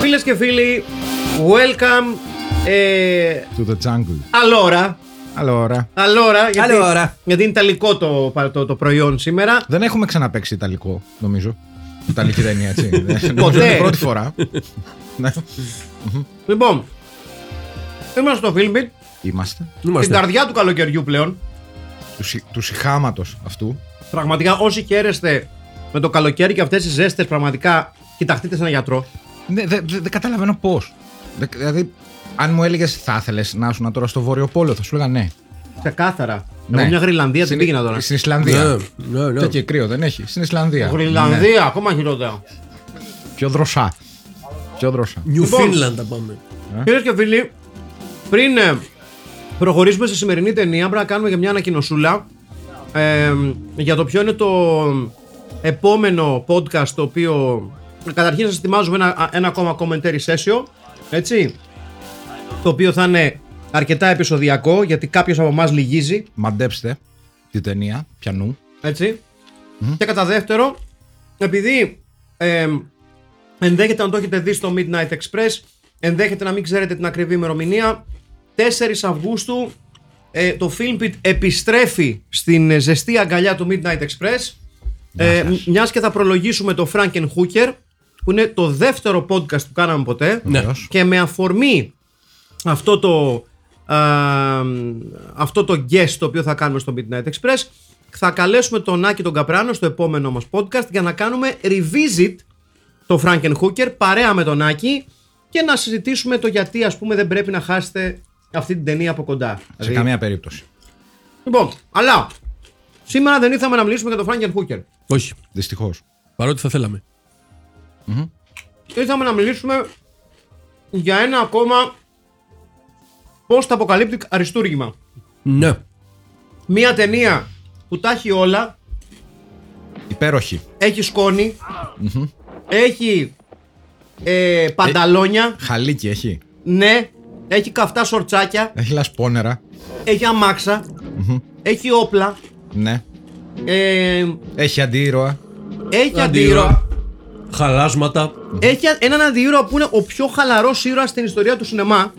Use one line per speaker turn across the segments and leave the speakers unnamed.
Φίλε και φίλοι, welcome. Ε,
To the jungle.
allora.
Allora.
Allora, γιατί,
Allora.
γιατί είναι ιταλικό το, το, το προϊόν σήμερα.
Δεν έχουμε ξαναπέξει Ιταλικό, νομίζω. Ιταλική ταινία, έτσι. Δεν- νομίζω
Ποτέ.
είναι η πρώτη φορά. ναι.
Λοιπόν, είμαστε στο Filmbit,
Είμαστε.
στην
Είμαστε.
καρδιά του καλοκαιριού πλέον.
Του, σι- του συχάματος αυτού.
Πραγματικά, όσοι χαίρεστε με το καλοκαίρι και αυτές τι ζέστες, πραγματικά κοιταχτείτε σε έναν γιατρό.
Ναι, δεν δεν- δεν καταλαβαίνω πώς. Δηλαδή, αν μου έλεγες θα ήθελες να ήσουν τώρα στο Βόρειο Πόλο, θα σου έλεγα ναι.
Ξεκάθαρα.
Ναι.
Εγώ μια Γρυλανδία την
Στην-
πήγαινα τώρα.
Στην Ισλανδία.
Ναι, ναι, ναι.
Ναι. Και κρύο δεν έχει. Στην Ισλανδία. Ναι.
Γρυλανδία, ακόμα χειρότερα.
Πιο δροσά. Πιο δροσά.
New
Λοιπόν.
Finland θα πάμε.
Κυρίες και φίλοι, πριν ε, προχωρήσουμε στη σημερινή ταινία, πρέπει να κάνουμε για μια ανακοινωσούλα ε, για το ποιο είναι το επόμενο podcast το οποίο καταρχήν σας ετοιμάζουμε ένα, ένα ακόμα commentary session έτσι το οποίο θα είναι αρκετά επεισοδιακό γιατί κάποιος από εμάς λυγίζει
Μαντέψτε τη ταινία πιανού.
έτσι. Και κατά δεύτερο, επειδή ε, ενδέχεται να το έχετε δει στο Midnight Express, ενδέχεται να μην ξέρετε την ακριβή ημερομηνία, 4 Αυγούστου ε, το Filmpit επιστρέφει στην ε, ζεστή αγκαλιά του Midnight Express. Ε, μιας και θα προλογίσουμε το Franken Hooker, που είναι το δεύτερο podcast που κάναμε ποτέ.
Ναι.
Βεβαίως.
Και με αφορμή αυτό το, α, αυτό το guest το οποίο θα κάνουμε στο Midnight Express θα καλέσουμε τον Άκη τον Καπράνο στο επόμενο μας podcast για να κάνουμε revisit το Frankenhooker παρέα με τον Άκη και να συζητήσουμε το γιατί ας πούμε δεν πρέπει να χάσετε αυτή την ταινία από κοντά.
Σε
Δηλαδή-
καμία περίπτωση.
Λοιπόν, αλλά σήμερα δεν ήρθαμε να μιλήσουμε για το Frankenhooker.
Όχι.
Δυστυχώς.
Παρότι θα θέλαμε.
Ήρθαμε να μιλήσουμε για ένα ακόμα post-apocalyptic αριστούργημα.
Ναι.
Μία ταινία που τα έχει όλα,
Υπέροχη.
έχει σκόνη, έχει ε, πανταλόνια,
Χαλίκι έχει.
ναι, έχει καυτά σορτσάκια,
Έχει λασπόνερα.
έχει αμάξα, έχει όπλα,
Ναι.
ε,
Έχει αντίρωα.
έχει αντίρροα,
Αντίρο. Χαλάσματα.
έχει έναν αντίρροα που είναι ο πιο χαλαρός ήρωας στην ιστορία του σινεμά.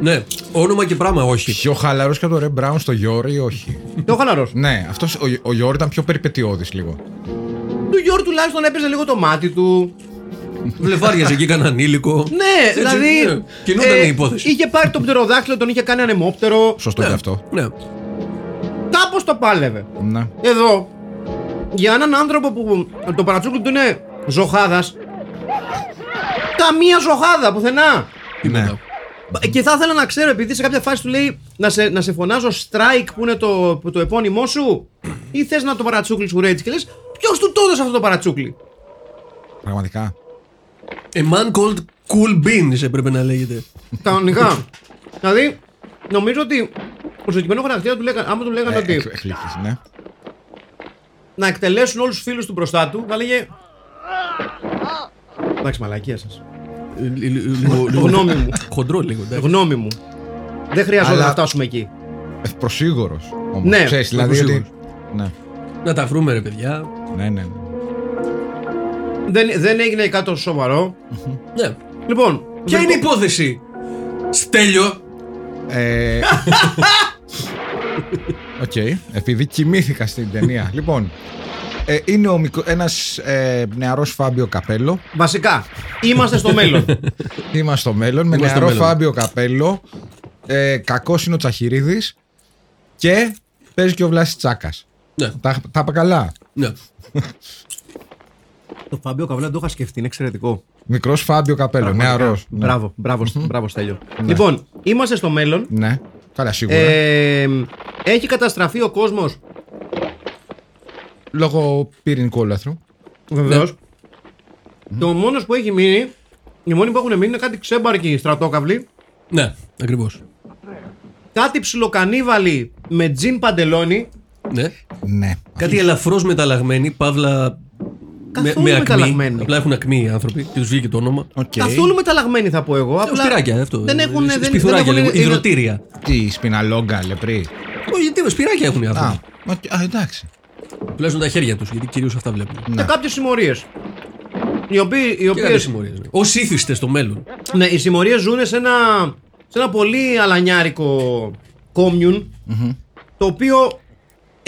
Ναι. Όνομα και πράγμα όχι.
Πιο χαλαρός και από το Ρε Μπράουν στο Γιώργο ή όχι.
Πιο χαλαρός.
ναι, αυτός ο, ο Γιώργο ήταν πιο περιπετειώδης λίγο.
Του Γιώργου τουλάχιστον έπαιζε λίγο το μάτι του,
Βλεφάριαζε εκεί κανέναν ήλικο.
Ναι,
Έτσι,
δηλαδή.
ναι. Κινούνταν η υπόθεση.
Είχε πάρει τον πτεροδάκτυλο, τον είχε κάνει ανεμόπτερο.
Σωστό
Ναι.
και αυτό.
Ναι.
Κάπως το πάλευε.
Ναι.
Εδώ, για έναν άνθρωπο που το παρατσούκλι του είναι ζωχάδας. Καμία ζωχάδα πουθενά.
ναι.
Τίποτα.
Και θα ήθελα να ξέρω, επειδή σε κάποια φάση του λέει να σε, να σε φωνάζω strike που είναι το, που το επώνυμό σου, ή θες να το παρατσούκλι σου ρέτζι και λες, ποιος του το έδωσε αυτό το παρατσούκλι.
Πραγματικά.
A Ε, man called Cool Beans έπρεπε να λέγεται.
Κανονικά. δηλαδή, νομίζω ότι ο συγκεκριμένος χαρακτήρας του λέγανε, άμα του λέγανε
Ε,
ότι.
εκ- εκπληκτής, ναι.
να εκτελέσουν όλους τους φίλους του μπροστά του, θα έλεγε. Εντάξει, μαλακία σας.
Ε, λι- λι- λίγο- λίγο-
Γνώμη μου.
Χοντρό λίγο. εντάξει.
Γνώμη μου. Δεν χρειάζεται
Αλλά-
να φτάσουμε εκεί.
Ευπροσίγωρος.
Ναι,
Ε, Ξέρεις, δηλαδή ότι... Ναι.
Να τα βρούμε ρε παιδιά.
Ναι, ναι.
Δεν, δεν έγινε κάτι τόσο σοβαρό.
Ναι.
Λοιπόν.
Ποια
δεν-
είναι η υπόθεση. Στέλιο.
Ε, Οκ, επειδή κοιμήθηκα στην ταινία. λοιπόν, ε, είναι ο μικρο... ένας ε, νεαρός Φάμπιο Καπέλο.
Βασικά, είμαστε στο μέλλον.
Είμαστε στο μέλλον με
Είμαστε στο
νεαρό
μέλλον.
Φάμπιο Καπέλο. Ε, κακός είναι ο Τσαχυρίδης. Και παίζει και ο Βλάσης Τσάκας.
Ναι,
Τα, τα είπα καλά.
ναι.
Το Φάμπιο Καβέλα το είχα σκεφτεί, είναι εξαιρετικό.
Μικρός Φάμπιο Καπέλο, Ναι. νεαρό.
Μπράβο, μπράβο, μπράβο Στέλιο. Λοιπόν, είμαστε στο μέλλον.
Ναι. Καλά, σίγουρα.
Ε, έχει καταστραφεί ο κόσμος.
Λόγω πυρηνικού όλαθρου.
Βεβαίω. Το μόνος που έχει μείνει, οι μόνοι που έχουν μείνει είναι κάτι ξέμπαρκοι στρατόκαυλοι.
Ναι, ακριβώς.
Κάτι ψιλοκανίβαλοι με τζιν παντελόνι.
Ναι.
Ναι.
Κάτι ελαφρώς μεταλλαγμένοι, παύλα.
Καθόλου μεταλλαγμένοι.
ακμή. Απλά έχουν ακμή οι άνθρωποι και τους βγήκε το όνομα.
Οκ.
Καθόλου μεταλλαγμένοι θα πω εγώ. Απλά
Σπυράκια, αυτό. ε,
Δεν έχουν. δεν- δεν,
Σπιθουράκια,
έχουν-
λίγο.
είναι-
Ιδρωτήρια.
Τι σπιναλόγκα, λεπρή.
Όχι, γιατί σπυράκια έχουν οι
Α,
άνθρωποι.
οκ, α, εντάξει.
Πλέζουν τα χέρια τους, γιατί κυρίως αυτά βλέπουν.
Και κάποιες συμμορίες. Ε, Οι, οποίοι, οι
Και κάποιε
οποίες,
συμμορίες. Ως ήθιστες ναι. στο μέλλον.
ναι, οι συμμορίες ζουν σε ένα, σε ένα πολύ αλανιάρικο κόμιουν, το οποίο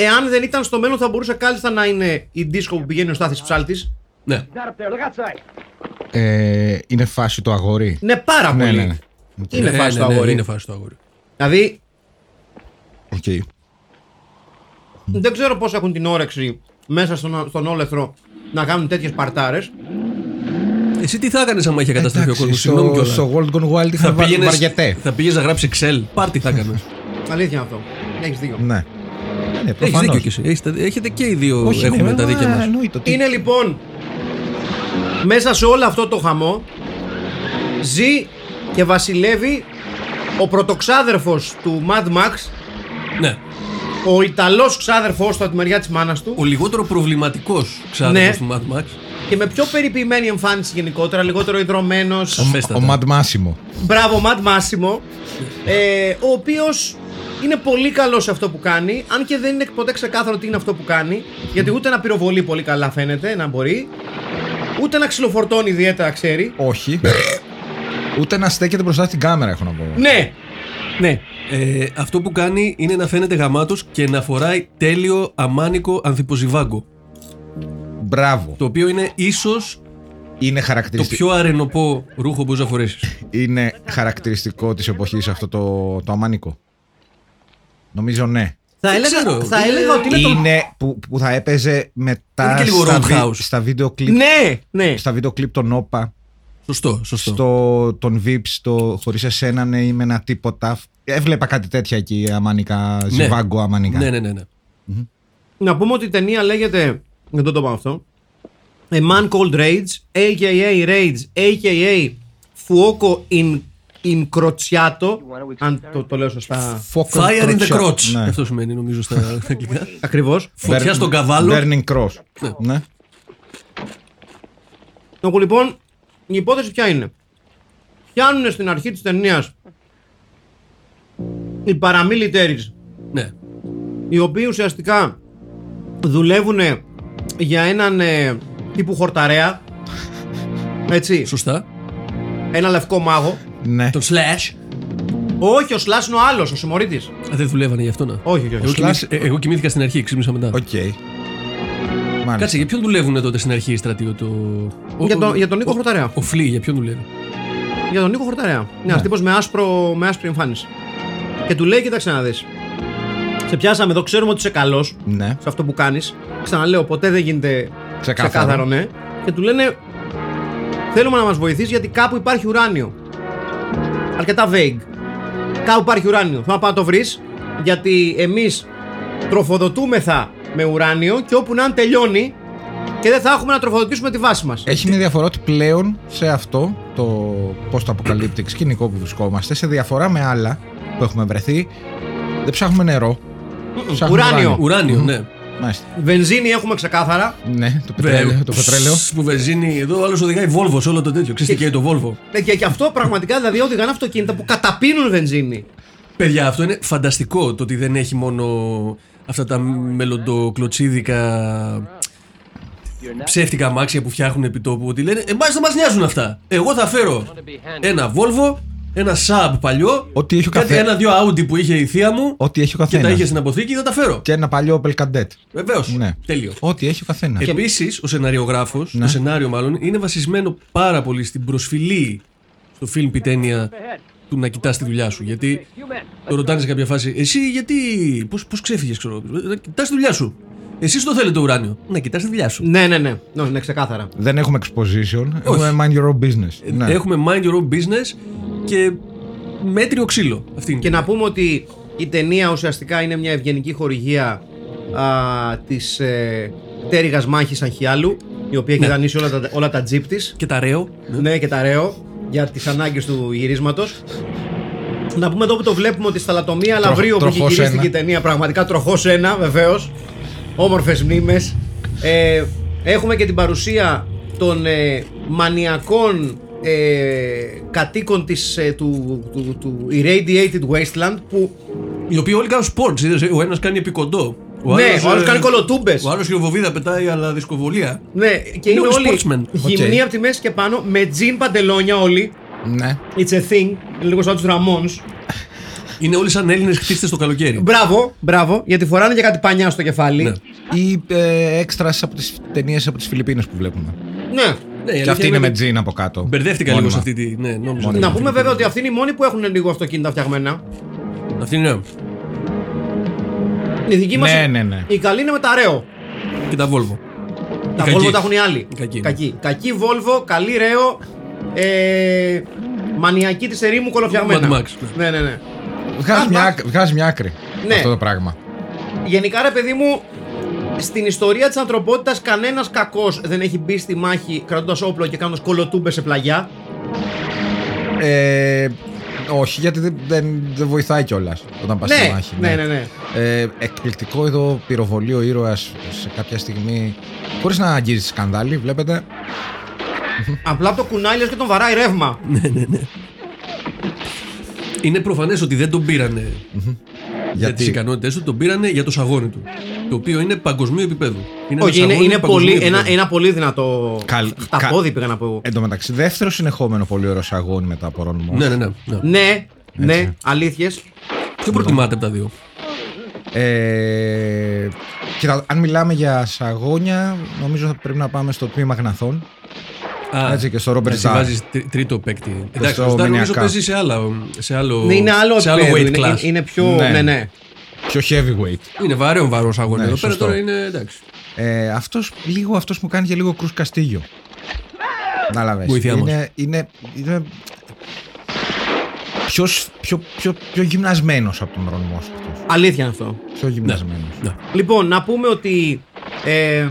εάν δεν ήταν στο μέλλον θα μπορούσε κάλλιστα να είναι η δίσκο που πηγαίνει ο Στάθης Ψάλτης.
Ναι.
Ε, είναι φάση το αγόρι.
Ναι, πάρα
Ναι,
πολύ.
ναι, ναι. Οκ.
Είναι
Ναι,
φάση
ναι,
το
ναι,
αγόρι.
Είναι φάση το αγόρι.
Δηλαδή,
Οκ.
δεν ξέρω πώς έχουν την όρεξη μέσα στον, στον όλεθρο να κάνουν τέτοιες παρτάρες.
Εσύ τι θα έκανες άμα είχε καταστραφεί ο
Εντάξει,
κόσμος.
στο,
Συγγνώμη κιόλας.
στο World Gone Wild είχα
Θα
βάλει
πήγαινες-
βαριετέ.
Θα πήγες να γράψεις Excel. Πάρτι θα έκανες.
Αλήθεια αυτό. Έχεις δίκιο.
Ναι. Ναι,
Έχει
προφανώς.
δίκιο κι εσύ. Έχετε- Έχετε και οι δύο
Όχι,
έχουμε
ναι,
τα
μα,
δίκαια μας.
εννοείται ότι-
Είναι λοιπόν μέσα σε όλο αυτό το χαμό ζει και βασιλεύει ο πρωτοξάδερφος του Mad Max
Ναι.
ο Ιταλός ξάδερφός του από τη μεριά της μάνας του
Ο λιγότερο προβληματικός
Ναι.
ξάδερφο του Mad Max.
και με πιο περιποιημένη εμφάνιση γενικότερα, λιγότερο ιδρωμένος
Ο
Σαφέστατα.
Μαντ Μάσιμο.
Μπράβο, Ματ Μάσιμο. Ε, ο οποίος είναι πολύ καλός σε αυτό που κάνει, αν και δεν είναι ποτέ ξεκάθαρο τι είναι αυτό που κάνει. Γιατί ούτε να πυροβολεί πολύ καλά φαίνεται να μπορεί, ούτε να ξυλοφορτώνει ιδιαίτερα ξέρει.
Όχι. Ούτε να στέκεται μπροστά στην κάμερα, έχω να πω.
Ναι! Ναι.
Ε, αυτό που κάνει είναι να φαίνεται γαμάτος και να φοράει τέλειο αμάνικο ανθιποζιβάγκο.
Μπράβο.
Το οποίο είναι ίσως
Είναι
το
χαρακτηριστικό.
πιο αρενοπό ρούχο που μπορείς να φορέσεις.
είναι χαρακτηριστικό της εποχής αυτό το, το αμάνικο. Νομίζω ναι.
Θα
Δεν
έλεγα,
ξέρω.
θα
Είναι-
έλεγα ότι είναι, το.
Είναι που, που θα έπαιζε μετά
Είναι και λίγο
στα,
Roadhouse.
στα βίντεο κλιπ,
Ναι! Ναι.
στα βίντεο κλιπ των όπα,
Σωστό, σωστό.
στο, τον Vips, το χωρίς εσένα ναι είμαι ένα τίποτα. Έβλεπα κάτι τέτοια εκεί αμάνικα, ζιβάγκο αμάνικα.
Ναι, ναι, ναι. ναι.
Να πούμε ότι η ταινία λέγεται. Δεν το είπαμε αυτό. A Man Called Rage, a.k.a. Rage, a.k.a. Fuoco in, in Crociato. Αν το, το λέω σωστά.
Fucking
Fire in the
crotch.
crotch.
Ναι.
Αυτό σημαίνει νομίζω στα στα αγγλικά.
Ακριβώς.
Φωτιά
Burn-
στον καβάλο.
Burning cross. Ναι.
Όπου λοιπόν η υπόθεση ποια είναι. Πιάνουν στην αρχή της ταινίας οι paramilitaries
Ναι.
οι οποίοι ουσιαστικά δουλεύουν για έναν ε, τύπου χορταρέα έτσι,
Σωστά.
ένα λευκό μάγο
Ναι.
Τον slash.
όχι ο Σλάς είναι ο άλλος, ο συμμορίτης
Α, δεν δουλεύανε γι' αυτό να.
όχι, όχι,
Εγώ,
όχι.
κοιμήθη-
Slash-
ε, εγώ κοιμήθηκα στην αρχή, ξύπνησα μετά.
Οκ. Μάλιστα.
Κάτσε, για ποιον δουλεύουν τότε στην αρχή οι στρατιώ, το... ο-
Για, τον,
ο-
για τον Νίκο
ο-
Χορταρέα.
Ο Φλή, για ποιον δουλεύει.
Για τον Νίκο Χορταρέα. Ναι, ένα τύπος με, άσπρο, με άσπρη εμφάνιση. Και του λέει: Κοίταξε να δεις. Σε πιάσαμε εδώ, ξέρουμε ότι είσαι καλός
Ναι.
σε αυτό που κάνεις. Ξαναλέω, ποτέ δεν γίνεται
Ξεκάθαρο.
ξεκάθαρο, ναι. Και του λένε: Θέλουμε να μας βοηθήσει γιατί κάπου υπάρχει ουράνιο. Αρκετά vague. Κάπου υπάρχει ουράνιο. Θα πάω να το βρεις γιατί εμείς τροφοδοτούμεθα με ουράνιο και όπου να αν τελειώνει και δεν θα έχουμε να τροφοδοτήσουμε τη βάση μας.
Έχει μια διαφορά ότι πλέον σε αυτό το πώ το αποκαλύπτει σκηνικό που βρισκόμαστε, σε διαφορά με άλλα που έχουμε βρεθεί, δεν ψάχνουμε νερό. Ψάχνουμε
ουράνιο.
Ουράνιο, ναι.
Μάλιστα.
Βενζίνη έχουμε ξεκάθαρα.
Ναι, το πετρέλαιο. Το πετρέλαιο.
Σ, Που βενζίνη. Εδώ άλλος οδηγάει Volvo σε όλο το τέτοιο. Ξέρετε και για το Volvo.
Ναι, και γι' αυτό πραγματικά δηλαδή οδηγάνε αυτοκίνητα που καταπίνουν βενζίνη.
Παιδιά, αυτό είναι φανταστικό το ότι δεν έχει μόνο αυτά τα μελλοντοκλωτσίδικα ψεύτικα αμάξια που φτιάχνουν επί τόπου. Ότι λένε Εμά δεν μας νοιάζουν αυτά. Εγώ θα φέρω ένα Volvo, ένα Saab παλιό,
Ό,τι έχει ο
κάτι
καθένα.
ένα-δύο Audi που είχε η θεία μου
Ό,τι έχει ο
και τα είχε
καθένα.
στην αποθήκη θα τα φέρω.
Και ένα παλιό Opel Cadet.
Βεβαίως.
Ναι.
Τέλειος.
Ό,τι έχει ο καθένας.
Επίσης, ο σεναριογράφο,
Ναι.
το σενάριο μάλλον, είναι βασισμένο πάρα πολύ στην προσφυλή στο film πιτένια του να κοιτάς τη δουλειά σου. Γιατί το ρωτάνε σε κάποια φάση, εσύ γιατί, πώς πώς ξέφυγες, ξέρω, εγώ». «Ε, να κοιτάς τη δουλειά σου. Εσείς το θέλετε το ουράνιο. Να κοιτάς τη δουλειά σου.
Ναι, ναι, ναι. Ναι, ναι, ξεκάθαρα.
Δεν έχουμε exposition. Έχουμε mind your own business.
Ε,
Ναι.
Έχουμε mind your own business και μέτριο ξύλο. Αυτή είναι.
Και να πούμε ότι η ταινία ουσιαστικά είναι μια ευγενική χορηγία α, της ε, τέριγας μάχης Αγχιάλου, η οποία έχει δανείσει όλα τα, όλα τα τζιπ της,
Και τα ρέω.
ναι και τα ρέω, για τις ανάγκες του γυρίσματος. Να πούμε εδώ που το βλέπουμε ότι στα Λατομεία
Τροχ-
Λαβρίου που έχει
τροχός
γυρίσει
ένα.
η ταινία, πραγματικά τροχός ένα βεβαίως, όμορφες μνήμες. Ε, έχουμε και την παρουσία των ε, μανιακών ε, κατοίκων της, ε, του, του, του Irradiated Wasteland που
Οι οποίοι όλοι κάνουν sports. είδες, ε, Ο ένας κάνει επικοντό.
ναι, ο άλλος
ε,
κάνει κολοτούμπες.
Ο άλλος χειροβοβίδα πετάει, αλλά δισκοβολία.
Ναι, και είναι
Είναι όλοι
όλοι
sportsmen.
γυμνοί
Οκ.
από τη μέση και πάνω, με τζιν παντελόνια όλοι.
ναι.
It's a thing. Είναι λίγο σαν τους Ραμόν.
Είναι όλοι σαν Έλληνες χτίστες το καλοκαίρι.
Μπράβο, μπράβο, γιατί φοράνε και κάτι πανιά στο κεφάλι.
Ναι.
Ή ε, έξτρας από τις ταινίες από τις Φιλιππίνες που βλέπουμε.
Ναι.
Ναι, η
και
αλήθεια
αυτή είναι με
ότι
τζιν από κάτω.
Μπερδεύτηκα
Μόνιμα.
λίγο σε αυτή τη. Ναι, νόμιζα.
Μόνιμα.
Να πούμε βέβαια ότι αυτοί είναι οι μόνοι που έχουν λίγο αυτοκίνητα φτιαγμένα.
Αυτή είναι.
Η δική μας.
Ναι, ναι, ναι.
Η καλή είναι με τα ρέο.
Και τα Volvo.
Τα
κακή.
Volvo τα έχουν οι άλλοι.
Η κακή. ναι.
Κακή. Κακή Volvo, καλή ρέο. Ε, μανιακή της ερήμου κολοφτιαγμένα.
Mad Max,
Ναι, ναι, ναι.
Βγάζει
Α,
μια,
μα-
άκρη- βγάζει μια άκρη
Ναι.
αυτό το πράγμα.
Γενικά ρε παιδί μου στην ιστορία της ανθρωπότητας κανένας κακός δεν έχει μπει στη μάχη κρατώντας όπλο και κάνοντας κολοτούμπες σε πλαγιά.
Ε, όχι, γιατί δεν, δεν, δεν βοηθάει κιόλας όταν πας στη
ναι,
μάχη.
ναι, ναι, ναι.
Ε, εκπληκτικό εδώ πυροβολεί ο ήρωας σε κάποια στιγμή. Χωρίς να αγγίζει σκανδάλι, βλέπετε.
Απλά το κουνάει λες και τον βαράει ρεύμα.
Είναι προφανές ότι δεν τον πήρανε για τι ικανότητες του, τον πήρανε για το σαγόνι του. Το οποίο είναι παγκοσμίου επίπεδου. Είναι
Όχι, είναι,
σαγόνι
είναι
παγκοσμίου
πολύ, ένα,
επίπεδου.
ένα πολύ δυνατό
Καλ-
χταπόδι
κα-
πήγα να πω.
Ε,
Εν τω μεταξύ, δεύτερο συνεχόμενο πολύ ωραίο αγώνι μετά από Ron Moss.
Ναι, ναι, ναι. ναι.
Ναι, ναι, αλήθειες.
Ποιο προτιμάτε από τα δύο.
Ε, κοίτα, αν μιλάμε για σαγόνια, νομίζω θα πρέπει να πάμε στο τμήμα Γναθών.
Α,
Έτσι, και στο Robert
εσύ
Starr.
βάζεις τρι- τρίτο παίκτη. Εντάξει,
στο
ο Στάρ νομίζω
μηνιακά.
παίζει σε, άλλα, σε άλλο,
Ναι, είναι άλλο
σε άλλο
επίπεδο,
weight
είναι,
class.
είναι- είναι πιο...
Ναι.
Ναι, ναι. ναι.
Πιο heavyweight.
Είναι βαρέων βαρός αγώνας.
Ναι,
Εδώ πέρα
σωστό.
τώρα είναι εντάξει.
Ε, αυτός, λίγο αυτός μου κάνει και λίγο κρούς καστίγιο. Να λάβες.
Βοηθειά μας.
Είναι, είναι, είναι πιο, σ- πιο, πιο, πιο γυμνασμένος από τον Ρον Μος αυτός.
Αλήθεια είναι αυτό.
Πιο γυμνασμένος.
Ναι.
Λοιπόν, να πούμε ότι. Ε,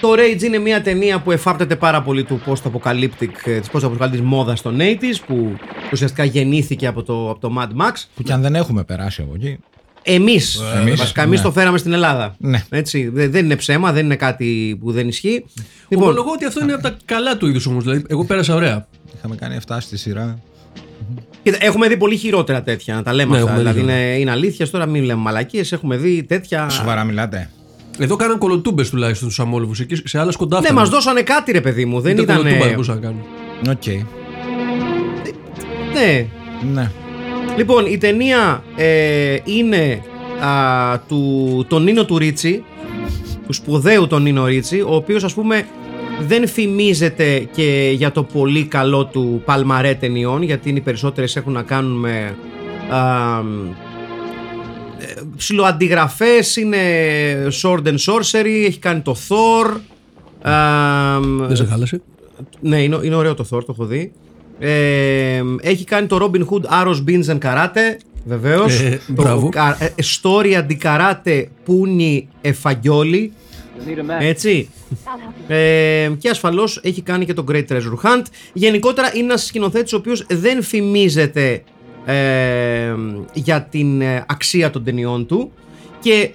το Rage είναι μια ταινία που εφάπτεται πάρα πολύ του post-apocalyptic, ε, της post-apocalyptic μόδας των 80s, που ουσιαστικά γεννήθηκε από το, από το Mad Max.
Που κι αν δεν έχουμε περάσει από εκεί.
Εμείς,
Εμείς,
βασικά, εμείς
ναι.
το φέραμε στην Ελλάδα.
Ναι.
Έτσι, δε- δεν είναι ψέμα, δεν είναι κάτι που δεν ισχύει. Λοιπόν,
Ομολογώ ότι αυτό είναι από τα καλά του είδους όμως. Δηλαδή, εγώ πέρασα ωραία.
Είχαμε κάνει 7 στη σειρά.
Κοίτα, έχουμε δει πολύ χειρότερα τέτοια, να τα λέμε
Ναι,
αυτά.
έχουμε δει
Δηλαδή είναι, είναι αλήθεια, τώρα μην λέμε μαλακίες, έχουμε δει τέτοια...
Σοβαρά μιλάτε.
Εδώ κάναν κολοτούμπες τουλάχιστον του αμόλυβους. Εκεί σε άλλα σκοντάφια.
Ναι, μας δώσανε κάτι ρε παιδί μου, δεν
Δεν ήταν
ήταν...
κολοτούμπα που μπορούσαν να κάνουν.
Οκ.
Ναι,
Ναι.
Λοιπόν, η ταινία ε, είναι α, του, τον Νίνο του Ρίτσι, του σπουδαίου τον Νίνο Ρίτσι, ο οποίος ας πούμε δεν φημίζεται και για το πολύ καλό του παλμαρέ ταινιών, γιατί είναι οι περισσότερες έχουν να κάνουν με α, ε, ψιλοαντιγραφές, είναι sword and sorcery, έχει κάνει το Thor, α,
Δεν σε χάλασε.
ναι, είναι, είναι ωραίο το Thor, το έχω δει. Ε, έχει κάνει το Robin Hood Arrows, Beans and Karate, βεβαίως.
Ε, μπράβο.
Story αντικαράτε πούνι εφαγιόλι. Έτσι. Ε, και ασφαλώς έχει κάνει και το Great Treasure Hunt. Γενικότερα είναι ένας σκηνοθέτης ο οποίος δεν φημίζεται ε, για την ε, αξία των ταινιών του και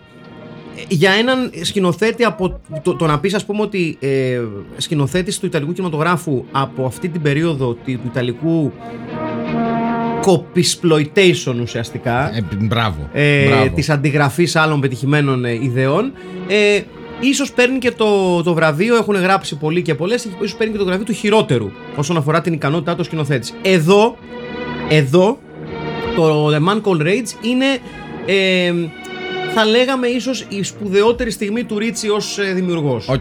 ε, για έναν σκηνοθέτη από το, το να πεις ας πούμε ότι ε, σκηνοθέτης του Ιταλικού κινηματογράφου από αυτή την περίοδο τη- του Ιταλικού copysploitation ουσιαστικά
Ε, μπράβο.
ε,
Μπράβο.
της αντιγραφής άλλων πετυχημένων ε, ιδεών ε, ίσως παίρνει και το, το βραβείο έχουν γράψει πολλοί και πολλές ε, ίσως παίρνει και το βραβείο του χειρότερου όσον αφορά την ικανότητά του σκηνοθέτης. εδώ εδώ το The Man Called Rage είναι ε, θα λέγαμε ίσως η σπουδαιότερη στιγμή του Ρίτσι ως ε, δημιουργός
Οκ.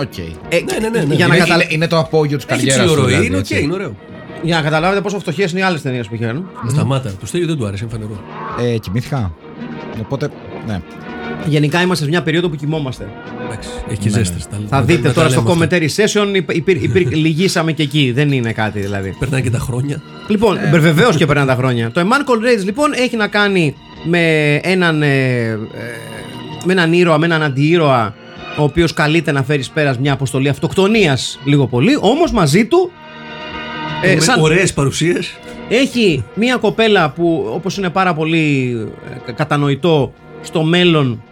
Οκ.
Ε,
Ναι, ναι, ναι, ναι.
Για, να
είναι,
καταλα-
είναι- είναι το απόγειο της
Έχει
καριέρας του.
ψιλορροή,
δηλαδή,
είναι οκ,
έτσι.
είναι ωραίο.
για να καταλάβετε πόσο φτωχές είναι οι άλλες ταινίες που χαίρουν
Σταμάτα. Το στέλιο δεν του άρεσε, είναι φανερό.
Ε, κοιμήθηκα. Οπότε Ναι.
Γενικά είμαστε σε μια περίοδο που κοιμόμαστε.
Εντάξει,
Ναι,
έχει και ζέστες. τα-
Θα
τα-
δείτε
τα
τώρα στο
λέμε αυτά.
commentary session, υπ- υπήρ- υπήρ- λυγίσαμε και εκεί. Δεν είναι κάτι δηλαδή.
Περνάνε και τα χρόνια.
Λοιπόν,
Ναι.
ε. βεβαίως και περνάνε τα χρόνια. Το A Man Called Raids λοιπόν έχει να κάνει με έναν, ε, ε, με έναν ήρωα, με έναν αντιήρωα, ο οποίος καλείται να φέρεις πέρας μια αποστολή αυτοκτονίας λίγο πολύ. Όμως μαζί του. ε,
Ε,
σαν-
Ωραίες παρουσίες.
έχει μια κοπέλα που όπως είναι πάρα πολύ ε, κα- κατανοητό στο μέλλον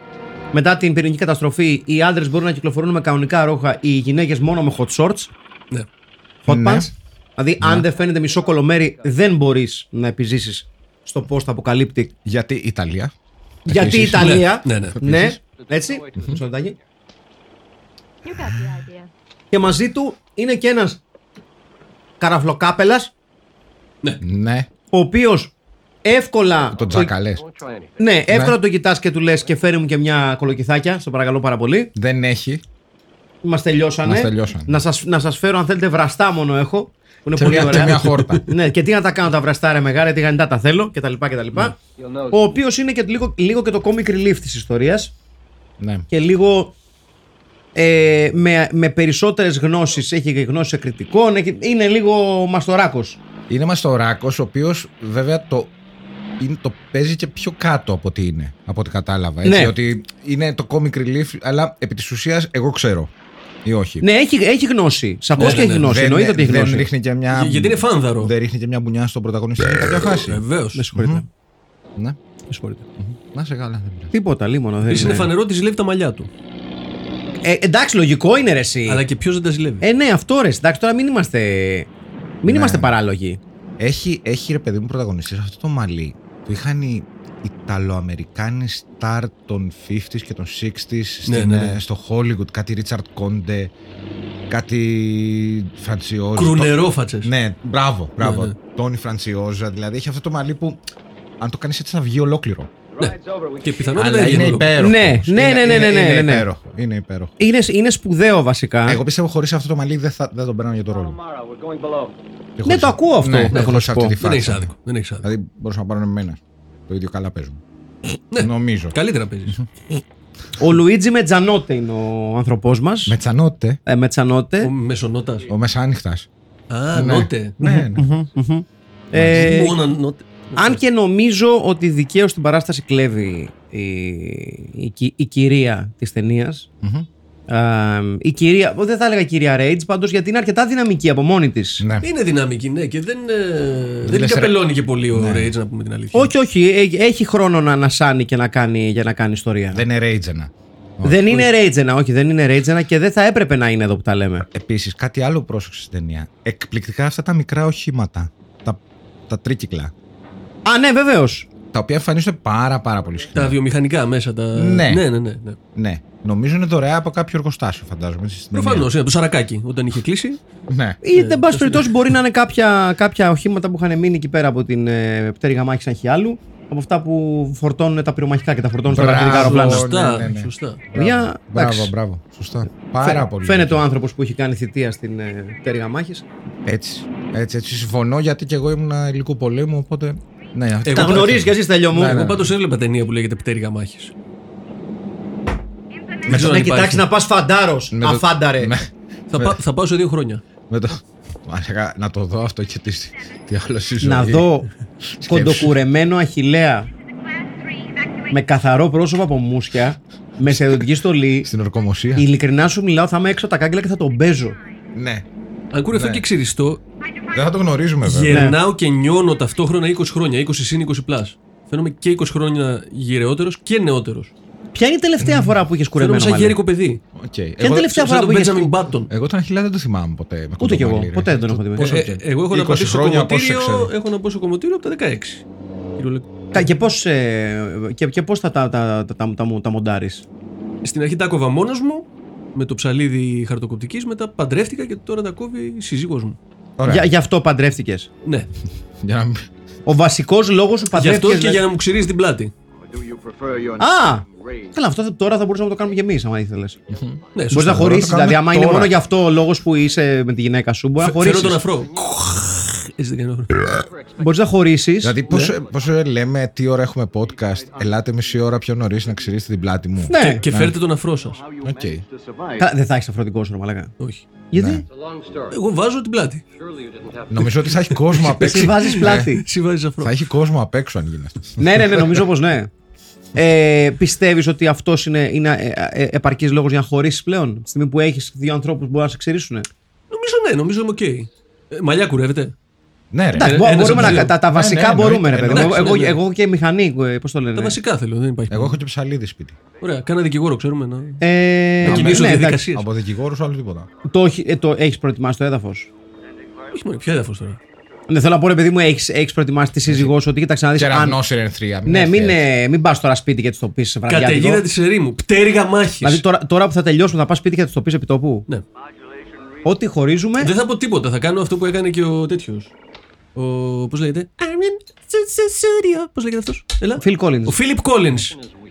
μετά την πυρηνική καταστροφή οι άντρες μπορούν να κυκλοφορούν με κανονικά ρόχα οι γυναίκες μόνο με hot shorts
Ναι.
hot
Ναι.
pants. Δηλαδή, αν δεν φαίνεται μισό κολομέρι, δεν μπορείς να επιζήσεις στο post apocalyptic.
Γιατί Ιταλία.
Γιατί η
Επίσης.
Ιταλία.
Ναι, ναι,
ναι. Έτσι. μισό λεπτάκι.
You got the idea.
Και μαζί του είναι και ένας καραφλοκάπελας,
Ναι,
ο οποίος εύκολα.
τον τζακαλέ.
Ναι, εύκολα
Ναι.
τον κοιτάς και του λες και φέρει μου και μια κολοκυθάκια, σε παρακαλώ πάρα πολύ.
Δεν έχει.
Μας τελειώσανε.
Μας τελειώσανε.
Να σας να σας φέρω, αν θέλετε, βραστά μόνο έχω. Που είναι
Και
πολύ
μια- και
ωραία.
μια χόρτα.
ναι, και τι να τα κάνω τα βραστά, ρε μεγάλα, τι γανιτά τα θέλω κτλ. κτλ.
Ναι.
Ο οποίος είναι και λίγο, λίγο και το comic relief της ιστορίας
Ναι.
και λίγο ε, με, με περισσότερες γνώσεις. Έχει και γνώσει κριτικών, έχει- είναι λίγο μαστοράκος.
Είναι μαστοράκος, ο οποίος βέβαια το, είναι, το παίζει και πιο κάτω από ό,τι είναι, από ό,τι κατάλαβα. Έτσι,
Ναι.
Ότι είναι το comic relief, αλλά επί της ουσίας εγώ ξέρω. Ή όχι.
Ναι, έχει, έχει γνώση. Σαφώς
Ναι,
και
ναι,
έχει
ναι.
γνώση.
δεν,
Εννοείται ότι έχει
δεν
γνώση.
ρίχνει και μια.
Για- γιατί είναι φάνδαρο. Ε,
Δεν ρίχνει και μια μπουνιά στον πρωταγωνιστή σε κάποια φάση.
Βεβαίως.
Με συγχωρείτε.
Ναι.
Με συγχωρείτε.
Να σε καλά, δεν πειράζει.
Τίποτα, λίμωνο. Δεν
Επίση είναι
είναι.
φανερό ότι ζηλεύει τα μαλλιά του.
Ε, εντάξει, λογικό είναι ρε εσύ.
Αλλά και ποιος δεν τα ζηλεύει.
Ε, ναι, αυτό ρε. Εντάξει, τώρα μην είμαστε. Μην
Ναι.
είμαστε παράλογοι.
Έχει, έχει ρε παιδί μου πρωταγωνιστή αυτό το μαλλί που είχαν οι Ιταλοαμερικάνοι star των 50s και των 60s
Ναι,
στην,
ναι, ναι.
ε, στο Hollywood. Κάτι Ρίτσαρτ Κόντε, κάτι Φραντσιόζα.
Κρουνερόφατσε.
Ναι, μπράβο, μπράβο.
Ναι, ναι.
Τόνι Φραντσιόζα, δηλαδή έχει αυτό το μαλλί που αν το κάνεις έτσι θα βγει ολόκληρο.
Και πιθανότατα
Αλλά
έχει
είναι
λόγο.
υπέροχος.
Ναι, ναι, ναι, ναι, ναι, ναι,
είναι
ναι.
υπέροχο. Είναι υπέροχο.
Είναι, είναι σπουδαίο βασικά.
Εγώ πιστεύω χωρίς αυτό το μαλλί δεν, θα, δεν τον παίρνω για το ρόλο. Και χωρίς-
το ακούω αυτό,
Ναι,
έχω να
χωρίς
σου
αυτή
πω.
τη
Δεν
φάτσα.
έχεις άδικο. Δεν έχεις άδικο.
Δηλαδή μπορούσαν να πάρουν εμένα. Το ίδιο καλά παίζουν. Νομίζω.
Καλύτερα παίζεις.
Ο Λουίτζι Μετζανότε είναι ο άνθρωπός μας.
Με τσανότε,
Ε,
Ο
Μετσανότε.
μεσονότας.
ο μεσάνυχτας.
Α, νότε.
Ναι, ναι.
Ε,
Μόνα νότε.
αν και νομίζω ότι δικαίως στην παράσταση κλέβει η, η, κυ- η κυρία της ταινίας.
Μμμ.
η κυρία, δεν θα έλεγα κυρία Ρέιτ, πάντως γιατί είναι αρκετά δυναμική από μόνη της.
Ναι.
Είναι δυναμική, ναι, και δεν, ε, δεν
λες,
καπελώνει και πολύ ο Rage, να πούμε την αλήθεια.
Όχι, όχι, ε, έχει χρόνο να ανασάνει και να κάνει, για να κάνει ιστορία.
Δεν είναι ρέιτζενα.
Δεν είναι ρέιτζενα, όχι, δεν είναι ρέιτζενα και δεν θα έπρεπε να είναι εδώ που τα λέμε.
Επίσης, κάτι άλλο που πρόσεξα στην ταινία. Εκπληκτικά αυτά τα μικρά οχήματα. Τα, τα τρίκυκλα.
Α, ναι, βεβαίως.
Τα οποία εμφανίζονται πάρα, πάρα πολύ συχνά.
Τα βιομηχανικά μέσα. Τα...
Ναι.
ναι, ναι. ναι, ναι.
Ναι. Νομίζω είναι δωρεά από κάποιο εργοστάσιο, φαντάζομαι. έτσι, στην ταινία.
Προφανώ, από το σαρακάκι όταν είχε κλείσει.
Ναι.
Ή, δεν πάση περιπτώσει, μπορεί να είναι κάποια, κάποια οχήματα που είχαν μείνει εκεί πέρα από την ε, πτέρυγα μάχης σαν χιάλου. Από αυτά που φορτώνουν τα πυρομαχικά και τα φορτώνουν στα
Μπράβο.
τακτικά αεροπλάνα.
Σωστά,
ναι, ναι.
σωστά.
Μπράβο,
Μια-
Μπράβο,
εντάξει.
μπράβο. Σωστά. Πάρα
Φαι-
πολύ.
Φαίνεται ο άνθρωπος που έχει κάνει θητεία στην ε, πτέρυγα μάχης.
Έτσι. Έτσι, έτσι. Συμφωνώ γιατί και εγώ ήμουν υλικού πολέμου, οπότε. Ναι, αυτά
Εγώ
Τα
τα
γνωρίζει κι εσύ, Στέλιο μου.
Ναι, ναι.
Εγώ πάντως έβλεπα ταινία που λέγεται Πτέρυγα Μάχης.
Με το να κοιτάξεις να πας φαντάρος.
Με το-
Αφάνταρε.
Ναι.
Θα, πά- θα πάω σε δύο χρόνια.
Με το... Μαλάκα, να το δω αυτό και τις, τι άλλο στη ζωή.
Να δω κοντοκουρεμένο αχηλέα με καθαρό πρόσωπο από μουσια, με σεδοντική στολή.
Στην
Ε.
ορκομοσία.
Ειλικρινά σου μιλάω, θα είμαι έξω από τα κάγκελα και θα τον παίζω.
Ναι.
Αν κουρευτώ
Ναι.
και ξυριστώ,
Δεν θα το γνωρίζουμε βέβαια.
γερνάω και νιώνω ταυτόχρονα 20 χρόνια, 20 συν 20 πλάς. Φαίνομαι και 20 χρόνια γεραιότερο και νεότερος.
Ποια είναι η τελευταία φορά που είχες
Φαίνομαι
κουρεμένο
σαν
μαλλί?
γέρικο παιδί.
Οκ.
Ποια είναι η
Εγώ,
τελευταία
Σαν
φορά που
τον Benjamin
είχες.
Button.
εγώ τον Αχιλέα δεν το θυμάμαι ποτέ. με
Ούτε κι εγώ.
κοντομάλι, ρε.
ποτέ δεν τον έχω δει.
Πόσο
Ε,
και-
ε, εγώ έχω να
20
πατήσω στο
χρόνια, πώς σε
κομμωτήριο,
ξέρω.
έχω να μπω στο κομμωτήριο από τα 16. Κυριολεκτικά.
Κα- Και πώς και, και πώς θα τα, τα, τα, τα, τα, μου- τα μοντάρεις.
Στην αρχή τα κόβα μόνος μου, με το ψαλίδι χαρτοκοπτικής, μετά παντρεύτηκα και τώρα τα κόβει η σύζυγό μου.
Ωραία.
Για, γι' αυτό παντρεύτηκες.
Ναι.
Για να μην-
Ο βασικός λόγος που
Γι' αυτό
παντρεύτηκες.
και για να μου ξυρίζει την πλάτη. Ναι,
Α! Καλά, αυτό θα- τώρα θα μπορούσαμε να το κάνουμε κι εμείς, άμα ήθελες.
Ναι,
Μπορείς να
Μπορώ να το
χωρίσεις.
κάνουμε
Δηλαδή, άμα είναι
τώρα.
μόνο γι' αυτό ο λόγος που είσαι με τη γυναίκα σου, μπορεί να Ε,
Φέρω τον
χωρίσει.
αφρό. έτσι δεν κάνω.
Μπορείς να χωρίσεις.
Δηλαδή, πώς, πώς λέμε, τι ώρα έχουμε podcast, ελάτε μισή ώρα πιο νωρίς να ξυρίσετε την πλάτη μου.
Ναι.
Και φέρτε τον αφρό σας.
Οκ.
Καλά, δεν θα έχεις αφροντικό σου, μαλακά.
Όχι.
Γιατί
Εγώ βάζω την πλάτη.
Νομίζω ότι θα έχει κόσμο απ' έξω. Ναι.
εσύ βάζει πλάτη.
Εσύ βάζεις αφρό.
Θα έχει κόσμο απ' έξω αν γίνει αυτό.
ναι, ναι, ναι, νομίζω πως ναι. Ε, Πιστεύεις ότι αυτός είναι, είναι ε, ε, επαρκής λόγος για να χωρίσεις πλέον, τη στιγμή που έχεις δύο ανθρώπους που μπορούν να σε ξερίσουν.
Νομίζω ναι, νομίζω είμαι οκ. Ε, Μαλλιά κουρεύεται.
Ναι, ρε.
Εντάξει, μπο-
ένας
μπορούμε
από
να,
τους
τα,
δύο.
τα βασικά
ναι,
μπορούμε, ρε
εννοείται,
παιδί μου.
εννοείται,
Εγώ,
ναι, ναι.
εγώ και μηχανή, πώς το λένε. ναι.
Τα βασικά θέλω, δεν υπάρχει.
Εγώ
πρόβλημα.
έχω και ψαλίδι σπίτι.
Ωραία, κάνα δικηγόρο, ξέρουμε. Να...
Ε,
Να κινήσω
ναι, εντάξει.
διαδικασίε.
Από δικηγόρους άλλο τίποτα.
Το, έχει- ε, το έχεις προετοιμάσει το έδαφος.
Όχι μόνο, ποια έδαφος τώρα.
Ναι, θέλω να πω, ρε παιδί μου, έχεις προετοιμάσει τη σύζυγός σου ότι κοίταξε να δεις.
Κεραυνό ερενθρία.
Ναι, μην, ε, μην πας τώρα σπίτι και της το πεις βραδιάτικο.
Καταιγίδα της ερήμου. Πτέρυγα μάχης.
Δηλαδή τώρα, τώρα που θα τελειώσουμε, θα πας σπίτι και θα της το πεις επί τόπου.
Ναι.
Ό,τι χωρίζουμε.
Δεν θα πω τίποτα. Θα κάνω αυτό που έκανε και ο τέτοιος. Ο. Πώς λέγεται. I'm in Σεσέρια. Πώς λέγεται αυτός. Έλα.
Phil Collins.
Ο Φίλιπ Κόλλιν.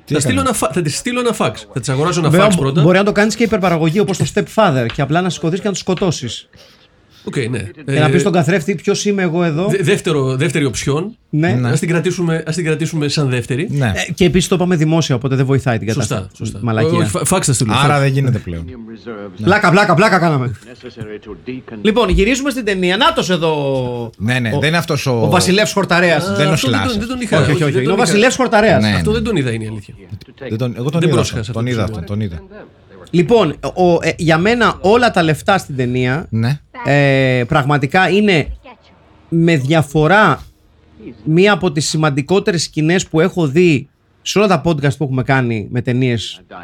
Θα, στείλω ένα φα- θα τη στείλω ένα φαξ. Θα της αγοράσω ένα
Βέβαια,
φαξ πρώτα.
Μπορεί να το κάνεις και υπερπαραγωγή όπως το Stepfather και απλά να σηκωθείς και να του σκοτώσεις.
Οκ, ναι.
Και
Ε,
να πεις στον καθρέφτη ποιος είμαι εγώ εδώ.
δε- δεύτερο, δεύτερη οψιόν.
Ναι.
Ας την, κρατήσουμε- ας την κρατήσουμε σαν δεύτερη.
Ναι.
Ε, Και επίσης το είπαμε δημόσια, οπότε δεν βοηθάει την κατάσταση.
Σωστά. σωστά.
Μαλακία. Ναι.
Όχι, φα- Ναι. Φαξ θα στείλω.
Άρα
φαξ.
δεν γίνεται πλέον.
Πλάκα, πλάκα, πλάκα κάναμε. λοιπόν, γυρίζουμε στην ταινία. Νάτο εδώ.
Ναι, ναι,
Ο-
δεν είναι αυτός ο.
Ο Βασιλεύς Χορταρέας.
δεν είναι ο
Αυτό
Slash.
Δεν τον είχα.
Όχι, όχι, όχι. Ναι.
δεν
Είναι ο
τον είχα.
Βασιλεύ Χορταρέας.
Ναι.
Αυτό δεν τον είδα, είναι η αλήθεια.
Δεν τον- Εγώ τον
Δεν
είδα.
πρόσεχα
αυτόν,
σε
Τον
αυτό
είδα
το
αυτόν, τον είδα.
Λοιπόν, ο, ε, για μένα όλα τα λεφτά στην ταινία
Ναι.
ε, πραγματικά είναι
Catch you.
με διαφορά μία από τις σημαντικότερες σκηνές που έχω δει σε όλα τα podcast που έχουμε κάνει με ταινίες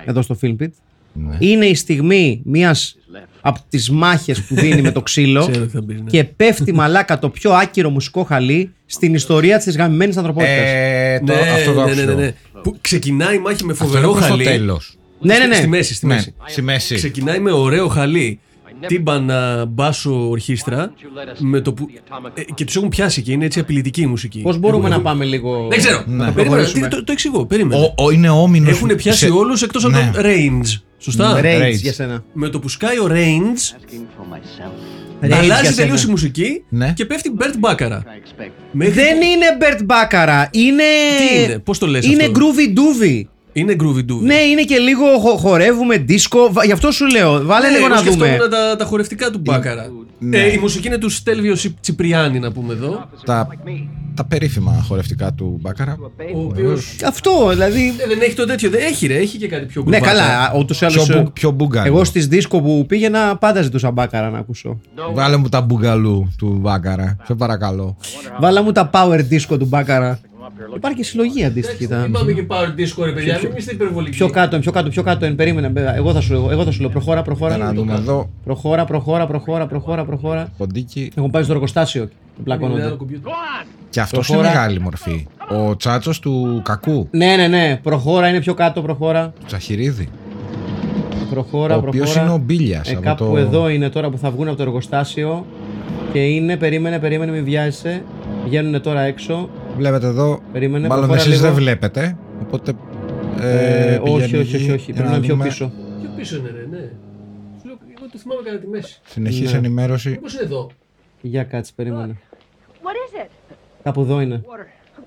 εδώ στο Filmpit
Ναι.
είναι η στιγμή μίας από τις μάχες που δίνει με το ξύλο
Ξέρω τι θα μπεις, ναι.
και πέφτει μαλάκα το πιο άκυρο μουσικό χαλί στην ιστορία της γαμημένης ανθρωπότητας.
Ε, το-
Ναι,
Αυτό το
ναι, ναι,
άκουσα.
ναι, ναι. Που ξεκινάει η μάχη με
Αυτό είναι
φοβερό
προς το
χαλί.
τέλος.
ναι, ναι,
Στη- Στη
ναι.
μέση, στη
Ναι,
μέση.
στη μέση.
Ξεκινάει με ωραίο χαλί. Τύμπανα, μπάσο, ορχήστρα. Με το που... ε, και τους έχουν πιάσει και είναι έτσι απειλητική η μουσική.
Πώς μπορούμε
Έχουν-
να πάμε λίγο...
Δεν ξέρω.
Ναι.
Περίμενα,
προχωρήσουμε.
τι- το, το εξηγώ. Περίμενε.
Ο- Ναι. ο- Είναι όμινο.
Έχουν πιάσει όλους εκτός από τον Range. Σωστά.
Ναι.
Rage
Rage.
για σένα.
Με το που σκάει ο Range,
Rage για
αλλάζει
σένα.
τελείως η μουσική
Ναι.
και πέφτει Bert Baccarat. Μέχρι...
Δεν είναι Bert Baccarat, είναι...
Τι είναι, πώς το λες
Είναι
αυτό?
groovy doovy.
Είναι groovy doovy.
Ναι, είναι και λίγο χο- χορεύουμε, δίσκο. Γι' αυτό σου λέω, βάλε
Ναι,
λίγο να δούμε. Ναι.
σκεφτόμουν τα, τα χορευτικά του Μπάκαρα. Ε, η μουσική είναι του Στέλβιο Σι- Τσιπριάνη, να πούμε εδώ.
Τα, τα περίφημα χορευτικά του Μπάκαρα.
Ο οποίο.
Αυτό, δηλαδή.
Ε, δεν έχει το τέτοιο. Δεν έχει, ρε, έχει και κάτι πιο
Ναι,
γκουμπάκα.
καλά, ούτως ή
Πιο,
άλλω.
μπου- πιο μπουγκαλού.
Εγώ στις δίσκο που πήγαινα, πάντα ζητούσα μπάκαρα να ακούσω.
Βάλε μου τα μπουγκαλού του Μπάκαρα. Σε παρακαλώ.
Βάλα μου τα power disco του μπάκαρα. Υπάρχει και συλλογή αντίστοιχη.
Δεν
ήταν.
Πάμε και Power Disco, ρε παιδιά, μην είστε υπερβολικοί.
Πιο κάτω, πιο κάτω, πιο κάτω. εν, Περίμενε, βέβαια. εγώ θα σου, εγώ, εγώ θα σου λέω. Προχώρα,
Για να
προχώρα.
δούμε εδώ.
Προχώρα, προχώρα, προχώρα, προχώρα, προχώρα.
Ποντίκι.
Έχουν πάει στο εργοστάσιο και
Είναι άλλο
πλακώνονται.
κομπιούτερ.
Και αυτός είναι
Προχώρα.
μεγάλη μορφή. Ο τσάτσος του κακού.
Ναι, ναι, ναι. Προχώρα, είναι πιο κάτω, προχώρα.
του Τσαχυρίδη.
Προχώρα,
ο
προχώρα.
οποίο είναι ο Μπίλιας.
Ε, κάπου εδώ είναι τώρα που θα βγουν από το εργοστάσιο και είναι, περίμενε, περίμενε, μην βιάζεσαι. Βγαίνουν τώρα έξω.
Βλέπετε εδώ.
Περίμενε,
μάλλον
προχώρα
εσεί
λίγο.
δεν βλέπετε. Οπότε.
Ε, όχι,
πηγαίνει
όχι, όχι,
εκεί
όχι.
για
Πρέπει να είναι πιο
δούμε.
πίσω.
Πιο πίσω είναι, ρε, ναι. Σου λέω, Εγώ το θυμάμαι κατά τη μέση.
Συνεχής
Ναι.
ενημέρωση.
Πώς είναι εδώ.
Για κάτσε, περίμενε.
What is it?
Κάπου εδώ είναι.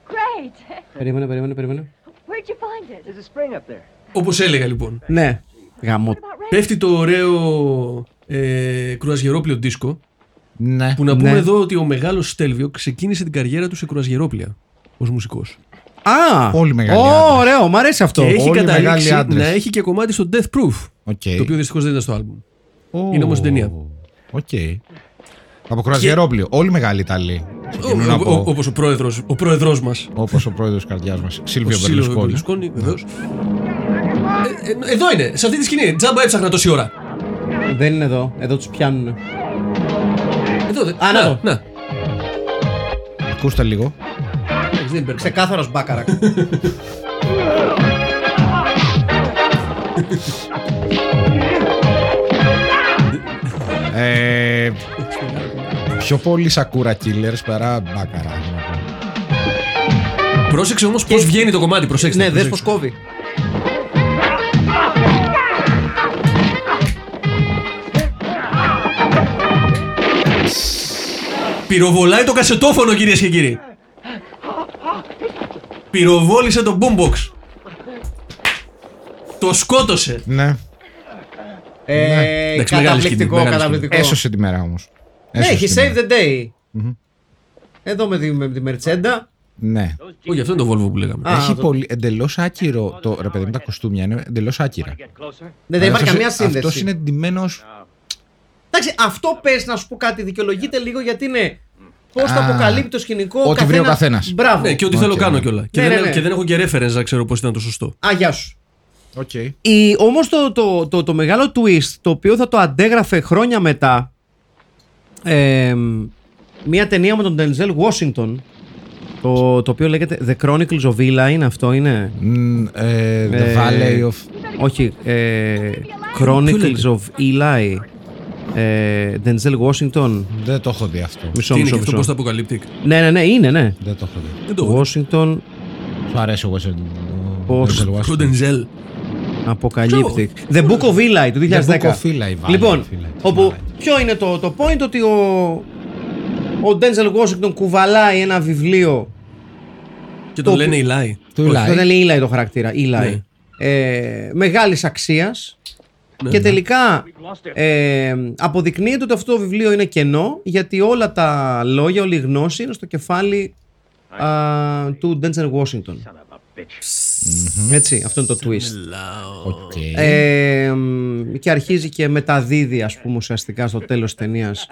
Great.
Περίμενε, περίμενε, περίμενε.
Where'd you find it?
Όπως έλεγα λοιπόν.
Ναι. Γαμό.
About Ray?
Πέφτει το ωραίο ε, κρουαζιερόπλιο δίσκο.
Ναι.
Που να πούμε
Ναι.
εδώ ότι ο μεγάλος Στέλβιο ξεκίνησε την καριέρα του σε κρουαζιερόπλια ως μουσικός.
Α!
Πολύ μεγάλη
Ω,
άντρας.
ωραίο, μου αρέσει αυτό.
Και έχει
όλοι οι μεγάλοι
καταλήξει
άντρες.
να έχει και κομμάτι στο Death Proof.
Οκ.
Ε,
Το οποίο δυστυχώς δεν ήταν στο album.
Ω.
είναι όμως στην ταινία.
Οκ. Από κρουαζιερόπλιο. Όλοι οι μεγάλοι Ιταλοί. Ξεκινούν από.
Όπως ο πρόεδρος ο πρόεδρος μας.
Όπως ο πρόεδρος τη καρδιάς μας,
Ο
Σίλβιο
Σίλβιο
Μπερλουσκόνη.
Μπερλουσκόνη, βεβαίως. ε, Εδώ είναι, σε αυτή τη σκηνή. Τζάμπα έψαχνα τόση ώρα.
Δεν είναι εδώ. Εδώ τους πιάνουν.
Εδώ, δε-
Α, ναι. να το.
να.
Ακούστε λίγο.
Εντάξει, δεν υπέρξε.
Ξεκάθαρος μπάκαρα.
Ε, πιο πολύ σακούρα killers παρά μπάκαρα.
Πρόσεξε όμως πώς βγαίνει το κομμάτι, προσέξτε.
ναι, δες πώ
προσέξτε.
κόβει.
Πυροβολάει το κασετόφωνο, κυρίες και κύριοι. Πυροβόλησε το boombox. Το σκότωσε.
Ναι.
Ε,
Εντάξει, μεγάλη σκηνή,
καταπληκτικό,
μεγάλη
καταπληκτικό.
Έσωσε τη μέρα όμως.
Ναι, έχει save the day. Εδώ με τη, με τη Μερτσέντα.
Ναι.
Όχι, αυτό είναι το Volvo που λέγαμε.
Α,
έχει
το-
πολύ εντελώς άκυρο το ρε παιδί μου τα κοστούμια. Είναι εντελώς άκυρα.
Ναι, δεν υπάρχει καμία
Αυτό
σύνδεση.
Ε, είναι ντυμένος.
Εντάξει, αυτό πες να σου πω κάτι, δικαιολογείται λίγο γιατί είναι πώς το
Α,
αποκαλύπτει το σκηνικό.
ό,τι βρει ο καθένας.
Μπράβο.
Ναι, και ό,τι θέλω
Οκ.
κάνω κιόλα. Και,
Ναι,
δεν,
ναι, ναι.
και δεν έχω και reference να ξέρω πώς ήταν το σωστό.
Α, γεια σου.
Οκ.
Η, όμως το, το, το, το μεγάλο twist το οποίο θα το αντέγραφε χρόνια μετά ε, μια ταινία με τον Denzel Washington το, το οποίο λέγεται The Chronicles of Villa είναι αυτό είναι
ε,
Ναι.
The Valley of.
όχι ε,
Ποιο
Chronicles
λέγεται?
of Eli ε, Denzel Washington
Δεν το έχω δει αυτό.
μισό
Τι είναι
μισό
και αυτό, πώς το
μισό
αποκαλύπτει.
ναι ναι ναι είναι ναι
Δεν το έχω δει.
Δεν το έχω.
Washington
Σου αρέσει ο
Πώς-
Κρούντενζελ.
Αποκαλύπτει. The Book of Eli του 2010.
The Book of Eli, βάλε,
λοιπόν,
φίλε, της
όπου
μάλακας.
ποιο είναι το, το point ότι ο, ο Ντένζελ Washington κουβαλάει ένα βιβλίο.
Και τον
Το-
λένε Ηλάι.
Του
Όχι,
Eli.
δεν είναι Eli το χαρακτήρα. Eli.
Ναι.
Ε, Μεγάλης αξίας.
Ναι,
και
ναι.
τελικά ε, αποδεικνύεται ότι αυτό το βιβλίο είναι κενό γιατί όλα τα λόγια, όλη η γνώση είναι στο κεφάλι α, του Ντένζελ Washington. Έτσι, αυτό είναι το twist.
Οκ.
Ε, μ, και αρχίζει και μεταδίδει, ας πούμε, ουσιαστικά στο τέλος της ταινίας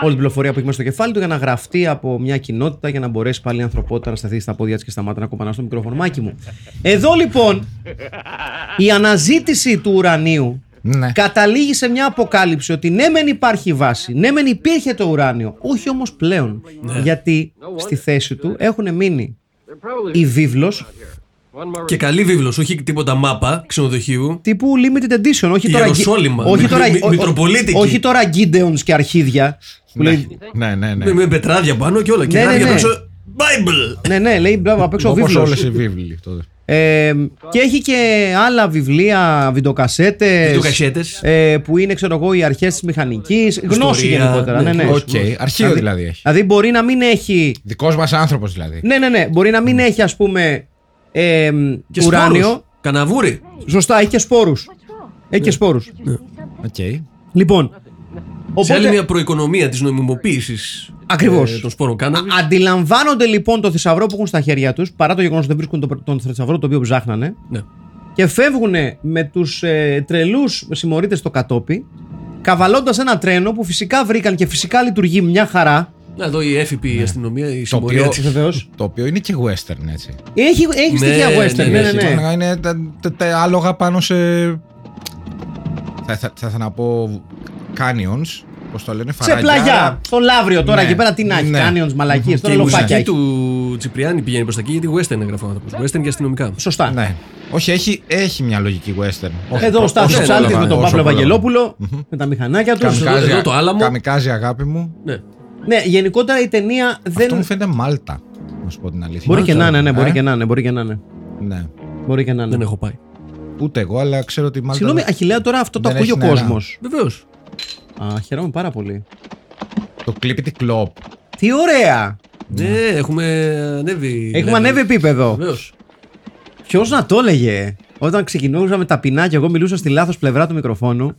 όλη την πληροφορία που έχει μέσα στο κεφάλι του για να γραφτεί από μια κοινότητα για να μπορέσει πάλι η ανθρωπότητα να σταθεί στα πόδια της και στα μάτια να κοπανά στο μικροφωνμάκι μου. Εδώ λοιπόν η αναζήτηση του ουρανίου
Ναι.
καταλήγει σε μια αποκάλυψη ότι ναι μεν υπάρχει βάση, ναι μεν υπήρχε το ουράνιο, όχι όμως πλέον. Γιατί στη θέση του έχουν μείνει η βίβλος
Και καλή βίβλος, όχι τίποτα μάπα ξενοδοχείου.
τύπου limited edition. Όχι
Η
τώρα,
Ιεροσόλυμα,
όχι
μη-
τώρα,
μη-
ό- ό-
Μητροπολίτικη.
όχι τώρα Gideons και αρχίδια. Που λέει,
Ναι, ναι, ναι.
Με, με πετράδια πάνω και όλα. Και
Ναι,
ράδια
ναι, ναι.
απ' έξω. Bible!
ναι, ναι, λέει μπράβο, απ' έξω ο
Όπως όλε
βίβλος.
οι βίβλοι τότε.
Ε, και έχει και άλλα βιβλία, βιντεοκασέτες.
Βιντεοκασέτες.
Ε, που είναι, ξέρω εγώ, οι αρχές της μηχανικής. Γνώση
Ιστορία.
γενικότερα. Ναι,
Ναι,
ναι.
ναι.
Οκ. Αρχείο δηλαδή έχει.
Δηλαδή Ναι. μπορεί να μην έχει.
Δικός μας άνθρωπος δηλαδή.
Ναι, ναι, ναι. Μπορεί να μην έχει, ας πούμε, ε,
Και
ουράνιο.
σπόρους. Καναβούρι.
Σωστά, έχει και σπόρους.
What's wrong?
Έχει και σπόρους.
Οκ.
Λοιπόν.
Σε άλλη
Οπότε,
μια προοικονομία της νομιμοποίησης
Ακριβώς.
των σπόρων κάναβης.
Αντιλαμβάνονται λοιπόν το θησαυρό που έχουν στα χέρια τους, παρά το γεγονός ότι δεν βρίσκουν τον, τον θησαυρό το οποίο ψάχνανε,
Ναι.
και φεύγουν με τους ε, τρελούς συμμορείτε στο κατόπι, καβαλώντας ένα τρένο που φυσικά βρήκαν και φυσικά λειτουργεί μια χαρά.
Να εδώ η έφυπη
Ναι.
αστυνομία, η
Το
συμμορία
οποίο-
της.
Βεβαίως.
Το οποίο είναι και western έτσι.
Έχει, έχει
Ναι,
στοιχεία
ναι,
western. Ναι, ναι,
ναι,
ναι.
Μάναγα Είναι τα, τα- τα άλογα πάνω σε. Θα, θα, θα, θα να πω. Canyons. Πώς το λένε,
Σε
φαράγγια.
πλαγιά, στον Λαύριο τώρα
Ναι.
εκεί πέρα τι να έχει.
Ναι.
Κάνιον μαλακίε,
Και
τώρα
η
λοφάκια.
μουσική
έχει.
του Τσιπριάνη πηγαίνει προς τα εκεί γιατί western έγραφε ο άνθρωπος. Western και αστυνομικά.
Σωστά.
Ναι. Όχι, έχει, έχει μια λογική western. Όχι,
Ε, Εδώ ο
όσο
Στάθη
όσο
Ψάλτη
προλαβα-
με τον
όσο
Παύλο
προλαβα-
Βαγγελόπουλο, με τα μηχανάκια τους.
Καμικάζι,
Εδώ το άλαμο.
καμικάζι αγάπη μου.
Ναι.
Ναι, γενικότερα η ταινία
Αυτό μου
δεν.
φαίνεται Μάλτα. Να σου πω την αλήθεια.
Μπορεί και να είναι, ναι, μπορεί
Ε?
και να είναι, μπορεί και να είναι.
Ναι.
Μπορεί και να είναι.
Δεν έχω πάει.
Ούτε εγώ, αλλά ξέρω ότι η Μάλτα.
Συγγνώμη, Αχιλέα, τώρα αυτό το
ναι. Δεν
ακούει ο
έχει νερά.
κόσμος.
Βεβαίως.
Α, χαίρομαι πάρα πολύ.
Το κλείπει κλοπ.
Τι ωραία!
Ναι, έχουμε ανέβει.
Έχουμε ανέβει επίπεδο.
Βεβαίως.
Ποιος να το έλεγε. Όταν ξεκινούσαμε ταπεινά και εγώ μιλούσα στη λάθος πλευρά του μικροφόνου.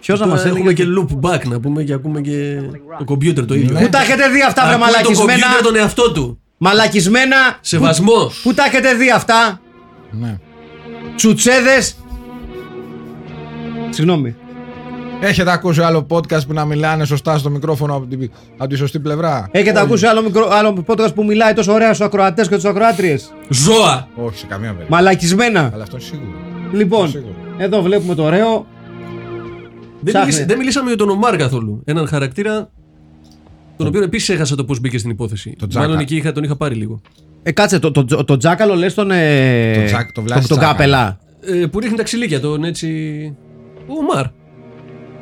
Ποιος να μα έλεγε.
Έχουμε και loop back να πούμε και ακούμε και το κομπιούτερ το ίδιο.
Ναι.
Πού τα έχετε δει αυτά, βρε
Ακούει το
μαλακισμένα.
κομπιούτερ τον εαυτό του.
Μαλακισμένα.
Σεβασμός.
Πού τα έχετε δει αυτά.
Ναι.
Τσουτσέδες. Συγγνώμη.
Έχετε ακούσει άλλο podcast που να μιλάνε σωστά στο μικρόφωνο από τη, από τη σωστή πλευρά.
Έχετε
Όχι.
ακούσει άλλο, μικρο... άλλο podcast που μιλάει τόσο ωραία στους ακροατές και τους ακροάτριες.
Ζώα.
Όχι, σε καμία περίπτωση.
Μαλακισμένα.
Αλλά αυτό είναι σίγουρο.
Λοιπόν,
Σίγουρα.
εδώ βλέπουμε το ωραίο.
Δεν,
Ψάχνε.
μιλήσα- δεν μιλήσαμε για τον Ομάρ καθόλου. Έναν χαρακτήρα τον οποίο επίσης έχασα το πώς μπήκε στην υπόθεση.
Το Τζάκα.
Μάλλον εκεί είχα, τον είχα πάρει λίγο.
Ε, κάτσε, το, το, το, το τζάκαλο λες τον. Ε,
Το τζάκ- το βλάση
τον
τζάκαλο.
καπελά.
Ε, που ρίχνει τα ξυλίκια τον έτσι. Ο Ομάρ.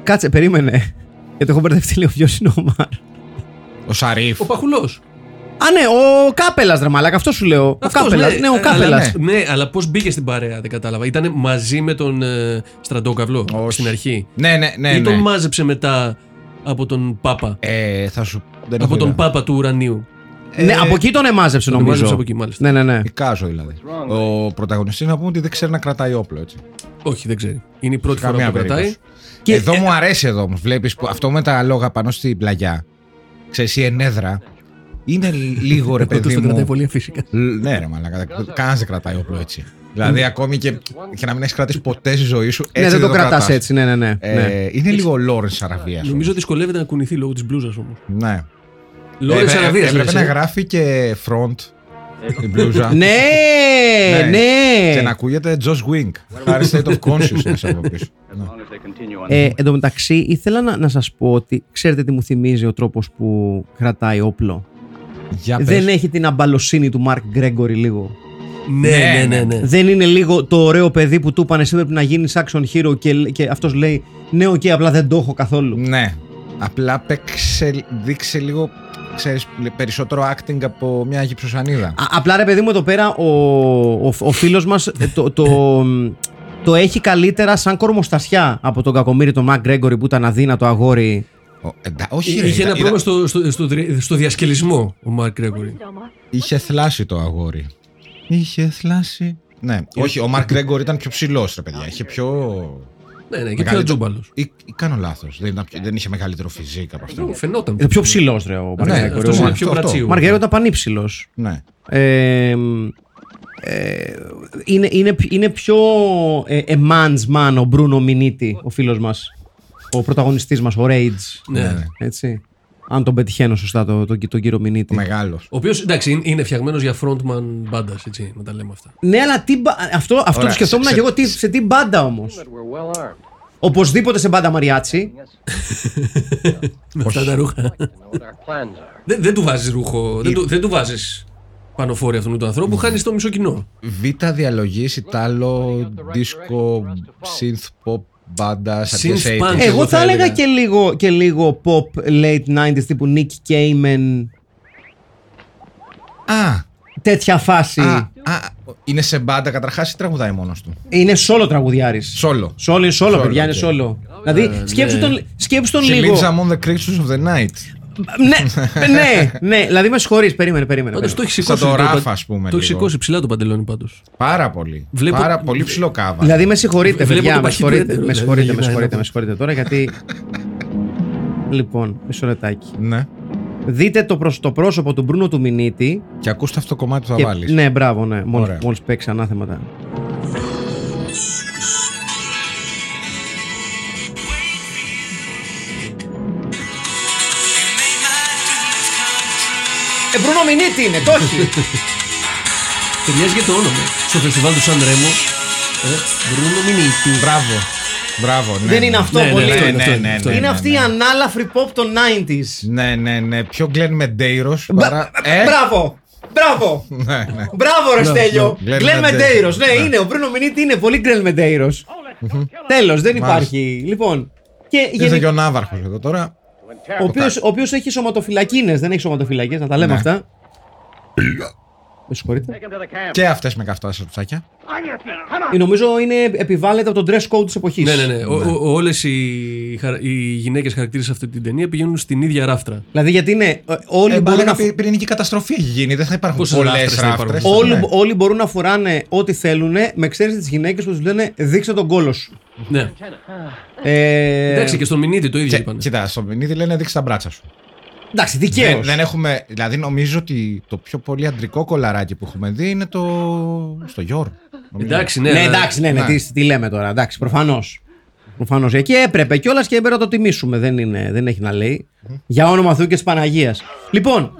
Κάτσε, περίμενε. Γιατί έχω μπερδευτεί λίγο ποιο είναι ο Μαρ.
Ο Σαρίφ.
Ο Παχουλός.
Α, ναι, ο Κάπελας, ρε Μαλάκα, αυτό σου λέω. ο Κάπελας. Ναι, ο Κάπελας.
ναι.
Ναι, αλλά πώς μπήκε στην παρέα, δεν κατάλαβα. Ήταν μαζί με τον ε, στρατόκαυλο
Όχι.
στην αρχή.
Ναι, ναι, ναι.
ή τον
ναι.
μάζεψε μετά από τον Πάπα.
Ε, θα σου. Δεν
από
έχω
τον
ιδέα.
Πάπα του Ουρανίου.
Ναι,
ε,
από εκεί τον εμάζεψε
τον
νομίζω.
εμάζεψε από εκεί, μάλιστα.
Ναι, ναι, ναι.
Εικάζω δηλαδή. Ο πρωταγωνιστής να πούμε ότι δεν ξέρει να κρατάει όπλο έτσι.
Όχι, δεν ξέρει. Είναι η πρώτη φορά
Καμία
που το κρατάει.
περίπτωση. Ε, εδώ
ε-
μου αρέσει εδώ όμως. Βλέπεις που αυτό με τα λόγα πάνω στην πλαγιά. Ξέρεις η ενέδρα. Είναι λίγο ρε
Εγώ
παιδί
τους το κρατάει
μου.
πολύ φυσικά.
Λ- Ναι, ρε μαλάκα. Κανένας δεν κρατάει όπλο έτσι. Δηλαδή, ακόμη και, και να μην έχεις κρατήσει ποτέ στη ζωή σου. Έτσι
ναι, δεν το
κρατάς.
κρατάς έτσι. Ναι, ναι, ναι.
Ε,
ναι.
Είναι λίγο Λόρεν τη Αραβία.
Νομίζω δυσκολεύεται να κουνηθεί λόγω της μπλούζας όμως.
Ναι.
Λόγω τη
Έπρεπε-
Αραβία.
Έπρεπε να γράφει και front. Η μπλούζα.
Ναι,
Ε,
ναι.
Και να ακούγεται Josh Wink. Άρα state of consciousness από πίσω. Ναι.
Ε, εν τω μεταξύ, ήθελα να, να σας πω ότι ξέρετε τι μου θυμίζει ο τρόπος που κρατάει όπλο.
Για πες.
Δεν έχει την αμπαλοσύνη του Μαρκ Γκρέγκορη λίγο.
Ναι, ναι, ναι. ναι.
Δεν είναι λίγο το ωραίο παιδί που του είπανε εσύ πρέπει να γίνεις action hero και, και αυτός λέει ναι, οκ, απλά δεν το έχω καθόλου.
Ναι. Απλά παίξε, δείξε λίγο ξέρεις, περισσότερο acting από μια γυψοσανίδα.
Α- απλά ρε παιδί μου εδώ πέρα ο, ο, ο φίλος μας ε, το, το, το έχει καλύτερα σαν κορμοστασιά από τον κακομύρι τον Μακ Γκρέγκορη που ήταν αδύνατο αγόρι.
Ο- εντα- όχι, ρε,
Είχε
είδα-
ένα
είδα-
πρόβλημα στο, στο, στο, δρυ- στο διασκελισμό ο Μαρκ Γκρέγκορη.
it, Omar?
Είχε θλάσει το αγόρι. Είχε θλάσει. Ναι, όχι, ο Μαρκ Γκρέγκορ ήταν πιο ψηλός, ρε παιδιά. Είχε πιο.
Ναι, ναι, και πιο
μεγαλύτερο-
τζούμπαλος.
Ή, ή κάνω λάθος. Δεν, ήταν πιο- δεν είχε μεγαλύτερο φυσικό από αυτό.
Φαινόταν.
Ε, Πιο ψηλός ρε ο Μαρκ
Ναι,
Γκρέγκορη.
Αυτό
Ο
είναι
αυτό,
πιο
αυτό.
βρατσίου.
Μαρκ Γκρέγκορη ήταν πανύψηλος.
Ναι.
Ε, μ, ε, είναι, είναι, είναι πιο ε, a man's man ο Μπρούνο Μινίτη, ο φίλος μας. Ο πρωταγωνιστής μας, ο Rage.
Ναι.
Έτσι. Αν τον πετυχαίνω σωστά τον το, το, τον κύριο Μινίτη.
Ο μεγάλος.
Ο οποίος εντάξει είναι- είναι φτιαγμένος για frontman μπάντας, έτσι να τα λέμε αυτά.
Ναι, αλλά τι μπα- αυτό, αυτό
Ωραία,
το σκεφτόμουν
σε-
και εγώ τι, σε τι μπάντα όμως. Οπωσδήποτε σε μπάντα Μαριάτσι.
Με αυτά τα ρούχα. δεν, δεν του βάζεις ρούχο. Δεν του, δεν του βάζεις πάνω φόρη αυτού του
Ναι.
ανθρώπου. Χάνεις το μισό κοινό.
Β' διαλογή, Ιτάλο, disco, synth pop, μπάντα, αρχές
Synth
80s.
punk.
Εγώ,
εγώ
θα
θα
έλεγα
έλεγα.
και λίγο, και λίγο pop late 90s τύπου Nick Cayman.
Α,
Τέτοια φάση.
α, α, είναι σε μπάντα καταρχάς ή τραγουδάει μόνος του.
Είναι solo τραγουδιάρης.
Σόλο.
Solo είναι solo,
Solo,
παιδιά, είναι
okay.
solo.
Ε,
Δηλαδή, σκέψου
ναι.
τον, σκέψου τον
She
λίγο.
lives among the creatures of the night.
Ναι, ναι, ναι. Δηλαδή, με συγχωρείς, περίμενε, περίμενε. περίμενε.
Πάντω Ε, το έχεις σηκώσει.
Σαν το
πα-
Ράφα, ας πούμε,
Το έχεις
λίγο.
σηκώσει ψηλά το παντελόνι πάντως.
Πάρα πολύ.
Βλέπω-
Πάρα πολύ ψηλό κάβα.
Δηλαδή, με συγχωρείτε,
Βλέπω
παιδιά,
το
με συγχωρείτε,
παχύτερο,
με
δηλαδή,
συγχωρείτε, με
γυρνάει
συγχωρείτε,
να
με συγχωρείτε τώρα, γιατί. Λοιπόν, μισό λεπτάκι.
Ναι.
Δείτε το, προς, το πρόσωπο του Μπρούνο του Μινίτη.
Και ακούστε αυτό το κομμάτι που θα
και-
βάλεις.
ναι, μπράβο, ναι. Μόλις
Ωραία.
μόλις παίξει ανάθεματα. Ε, Μπρούνο Μινίτη είναι, το έχει.
Ταιριάζει και το όνομα. ε, Στο φεστιβάλ του Σαν Ρέμος. ε, Μπρούνο Μινίτη.
Μπράβο. Μπράβο, ναι.
Δεν είναι
ναι.
αυτό
Ναι, ναι,
πολύ.
ναι,
Ναι,
αυτό
ναι,
είναι,
ναι,
αυτό
ναι,
είναι.
Είναι
ναι,
αυτή
ναι.
η ανάλαφρη pop των 90s.
Ναι, ναι, ναι. Πιο Glenn Medeiros παρά. Ε,
Μπράβο! Μπράβο!
Ναι, ναι.
Μπράβο, ρε Στέλιο.
ναι.
Γκλέν
Glenn
Μεντέιρο.
Medeiros.
Ναι,
Ναι.
είναι. Ο Μπρούνο Μινίτη είναι πολύ Γκλέν Μεντέιρο. Τέλος, δεν υπάρχει. Λοιπόν. Και
Ήρθε
γενι-
και ο Ναύαρχος εδώ τώρα.
ο οποίος- ο οποίος έχει σωματοφυλακίνες, δεν έχει σωματοφυλακές, να τα λέμε
Ναι.
αυτά. Με συγχωρείτε.
Και αυτές με καυτά σε τσάκια.
Ε, Νομίζω είναι επιβάλλεται από τον dress code της εποχής.
Ναι, ναι, ναι. Όλες οι, χαρα- οι γυναίκες χαρακτήρε σε αυτή την ταινία πηγαίνουν στην ίδια ράφτρα.
Δηλαδή γιατί είναι. ε, Όλοι,
Ε,
μπορούν,
μπαλάκα,
να...
πυ- πυρηνική καταστροφή έχει γίνει. Δεν θα υπάρχουν
Πόσες
πολλές
ράφτρες θα
ράφτρες.
υπάρχουν. Ναι.
όλοι, όλοι μπορούν να φοράνε ό,τι θέλουν με εξαίρεση τις γυναίκες που τους λένε δείξε τον κόλο σου.
Ναι.
Ε,
Εντάξει, και στον Μινίτη το ίδιο είπανε.
Κοίτα, στο μηνύδι λένε δείξει τα μπράτσα σου.
εντάξει
Δεν,
Ναι,
δικαίως.
δεν έχουμε, δηλαδή νομίζω ότι το πιο πολύ αντρικό κολαράκι που έχουμε δει είναι το. στο Γιώργο. νομίζω.
Εντάξει, ναι.
Ναι,
αλλά-
εντάξει, ναι, ναι,
Ναι.
Τι, τι λέμε τώρα. Εντάξει, προφανώς. Προφανώς. Εκεί έπρεπε κιόλας και έπρεπε να το τιμήσουμε. Δεν, είναι, δεν έχει να λέει. Για όνομα Θεού και της Παναγίας. Λοιπόν,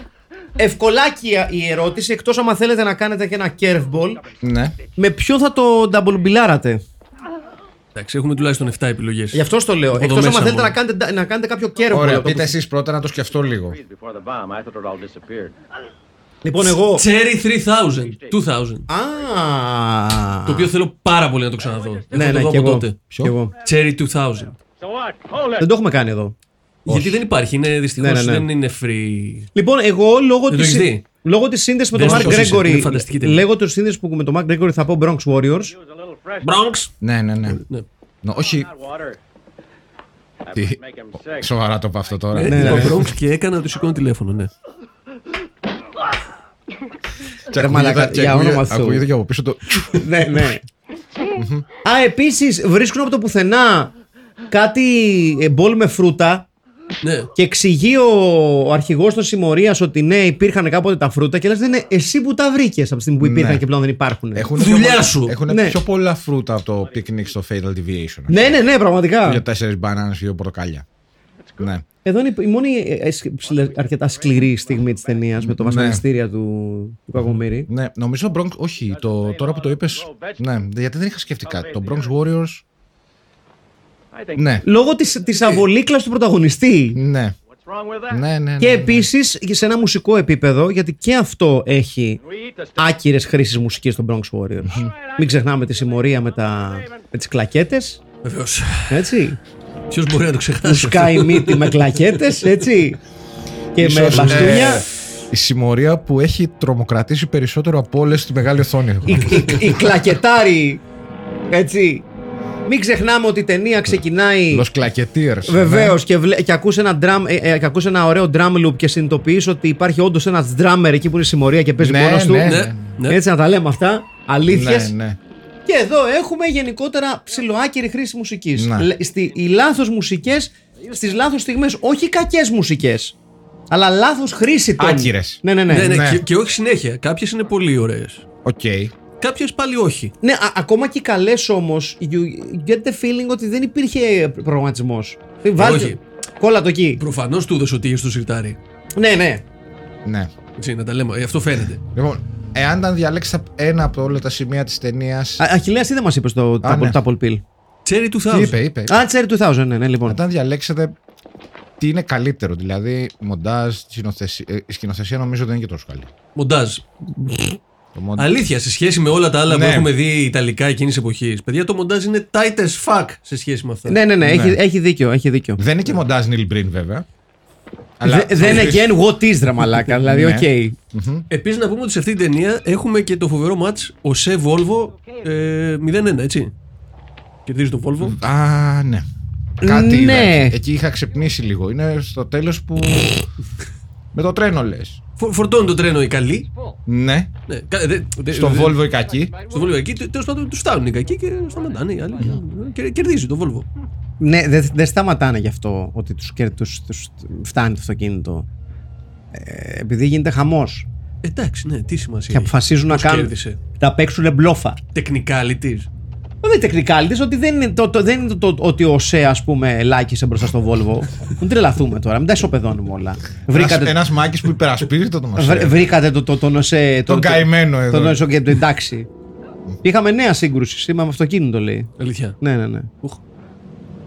ευκολάκι η ερώτηση, εκτός άμα θέλετε να κάνετε και ένα curveball,
Ναι.
Ε,
με ποιο θα το double μπιλάρατε.
Εντάξει, έχουμε τουλάχιστον 7 επιλογές.
Γι' αυτό το λέω.
Από
Εκτό άμα
μέσα
θέλετε
μόνο.
να κάνετε, να κάνετε κάποιο curveball.
Ωραία,
από το
πείτε
που-
εσείς πρώτα να το σκεφτώ λίγο.
before the bomb. I thought it all disappeared.
Λοιπόν, εγώ.
Cherry 3000. 2000.
Α,
Το οποίο θέλω πάρα πολύ να το ξαναδώ. Έχω
ναι,
το
ναι,
δω
κι
από
εγώ.
τότε.
Κι εγώ.
Cherry 2000.
Δεν το έχουμε κάνει εδώ.
Γιατί δεν υπάρχει, είναι δυστυχώς
Ναι, ναι, ναι.
δεν είναι free.
Λοιπόν, εγώ λόγω
Δεν το
της,
έχεις δει?
λόγω της σύνδεσης με
Δες
τον
το
Mark
πώς είσαι, είναι
Gregory,
φανταστική ταινία.
λέγω της σύνδεσης που με τον Mark Gregory θα πω Bronx Warriors.
Bronx.
Ναι, ναι, ναι.
Ναι.
Νο- όχι, Τι...
Make him sick.
Σοβαρά το είπα αυτό τώρα.
Ε,
Ναι,
ναι,
ναι.
ο Bronx και έκανα του σηκώνει τηλέφωνο, ναι.
Και
Ρε μαλάκα,
ακούγεται- και
για
ακούγεται-
όνομα Θεού.
Ακούγεται και από πίσω το.
ναι, ναι. Α, επίσης βρίσκουν από το πουθενά κάτι ε, μπολ με φρούτα
ναι.
και εξηγεί ο, ο αρχηγός των συμμορίας ότι ναι, υπήρχαν κάποτε τα φρούτα και λες, δεν είναι εσύ που τα βρήκες από τη στιγμή που υπήρχαν
Ναι.
και πλέον δεν υπάρχουν.
Έχουνε
Δουλειά
πιο-
σου.
Έχουνε
Ναι.
πιο πολλά φρούτα από το πικνίκ στο Fatal Deviation.
Ναι, ναι, ναι, πραγματικά.
Για τέσσερις μπανάνες και δύο πορτοκάλια. Ναι.
Εδώ είναι η μόνη ε, ε, σ- ψηλε- αρκετά σκληρή στιγμή της ταινίας με το βασανιστήρια του, του Κακομοίρη.
Ναι, νομίζω το Bronx. Όχι, το, τώρα που το είπες. Ναι, γιατί δεν είχα σκεφτεί κάτι. Το Bronx Warriors.
I think.
Ναι,
Λόγω της, της αβολίκλας του πρωταγωνιστή.
ναι.
What's wrong with that?
Ναι, ναι, ναι.
Και
ναι.
επίσης και σε ένα μουσικό επίπεδο, γιατί και αυτό έχει
We eat the stuff.
άκυρες χρήσεις μουσικής των Bronx Warriors. Μην ξεχνάμε τη συμμορία με, τα, με τις κλακέτες,
Βεβαίως.
έτσι.
Ποιος μπορεί να το ξεχάσει.
Του
αυτό.
σκάει μύτη με κλακέτες, έτσι. Και με
Ίσως,
μπαστούνια.
ε, η συμμορία που έχει τρομοκρατήσει περισσότερο από όλες τη μεγάλη οθόνη.
οι, οι, οι κλακετάροι, έτσι. Μην ξεχνάμε ότι η ταινία ξεκινάει...
Los Clacketeers.
Βεβαίως και, βλέ- και ακούς ένα, drum, ε, ε, και ακούς ένα ωραίο drum loop και συνειδητοποιείς ότι υπάρχει όντως ένας drummer εκεί που είναι συμμορία και παίζει
Ναι,
μόνος του.
ναι.
Ναι, ναι.
Έτσι να τα λέμε αυτά. Αλήθειες.
Ναι, ναι.
Και εδώ έχουμε γενικότερα ψηλοάκερη χρήση μουσικής.
Ναι.
Στη, οι λάθος μουσικές στις λάθος στιγμές. Όχι κακές μουσικές. Αλλά λάθος χρήση των.
Άκυρες.
Ναι, ναι, ναι.
Ναι,
ναι,
ναι,
ναι.
Και, και όχι συνέχεια. Κάποιες είναι πολύ ωραίες.
Οκ.
Κάποιε πάλι όχι.
Ναι, α- ακόμα και οι καλές όμως. You get the feeling ότι δεν υπήρχε προγραμματισμός. Βάλτε.
Όχι.
Κόλλα το εκεί.
Προφανώς του έδωσε ότι είχε στο σιρτάρι.
Ναι, ναι.
Ναι.
Έτσι, να τα λέμε. Ε, Αυτό φαίνεται.
Λοιπόν, εάν ήταν διαλέξα ένα από όλα τα σημεία της ταινίας.
Αχιλέα, τι δεν μας είπες το
Α, ναι.
Double Double Pill.
Τσέρι του
Τι
Θάου.
είπε, είπε.
Α, Cherry 2000, ναι, ναι, λοιπόν.
Όταν διαλέξετε τι είναι καλύτερο, δηλαδή μοντάζ, σκηνοθεσία, ε, η σκηνοθεσία νομίζω δεν είναι και τόσο καλή.
Μοντάζ.
Το μον-
Αλήθεια, σε σχέση με όλα τα άλλα
Ναι.
που έχουμε δει ιταλικά εκείνης εποχής, παιδιά, το μοντάζ είναι tight as fuck σε σχέση με αυτά.
Ναι, ναι, ναι, έχει,
Ναι.
έχει δίκιο. Έχει δίκιο.
Δεν είναι και μοντάζ Νίλ Μπριν βέβαια.
Δε- Δεν είναι again what is ρε μαλάκα, δηλαδή,
Ναι.
οκ.
Επίσης, να πούμε ότι σε αυτή την ταινία έχουμε και το φοβερό match ο Σε Volvo ε, 0-1, έτσι. Κερδίζει το Volvo.
Α, ναι. Κάτι είδα
Ναι.
εκεί. εκεί είχα ξυπνήσει λίγο. Είναι στο τέλος που. με το τρένο λες.
Φο- φορτώνει το τρένο οι καλοί.
Ναι.
Ναι, κα- δε- δε-
Στον
δε-
Volvo η κακή.
Στο Volvo εκεί. Τέλος πάντων, τους φτάνουν οι κακοί και σταματάνε οι άλλοι. Και κερδίζει το Volvo.
Ναι, δεν δεν σταματάνε γι' αυτό ότι τους, και τους, τους φτάνει το αυτοκίνητο. Ε, επειδή γίνεται χαμός
Εντάξει, ναι, τι σημασία.
και
έχει.
αποφασίζουν να
Πώς
κάνουν.
κέρδισε.
Να παίξουν μπλόφα.
Technicalities.
Μα Δεν είναι τεχνικάλτη, ότι δεν είναι το, το- δεν είναι το, το- ότι ο ΣΕ, ας πούμε, λάκησε μπροστά στο Volvo. Μην τρελαθούμε τώρα, μην τα ισοπεδώνουμε όλα. Βρήκατε,
Ένας μάκης που υπερασπίζεται το
βρ-
Μασέ.
βρήκατε το, το, τον ΟΣΕ.
ε, Τον καημένο εδώ.
Τον ΟΣΕ και το εντάξει. Είχαμε νέα σύγκρουση σήμερα με αυτοκίνητο, λέει.
Αλήθεια.
Ναι, ναι, ναι.
Ουχ.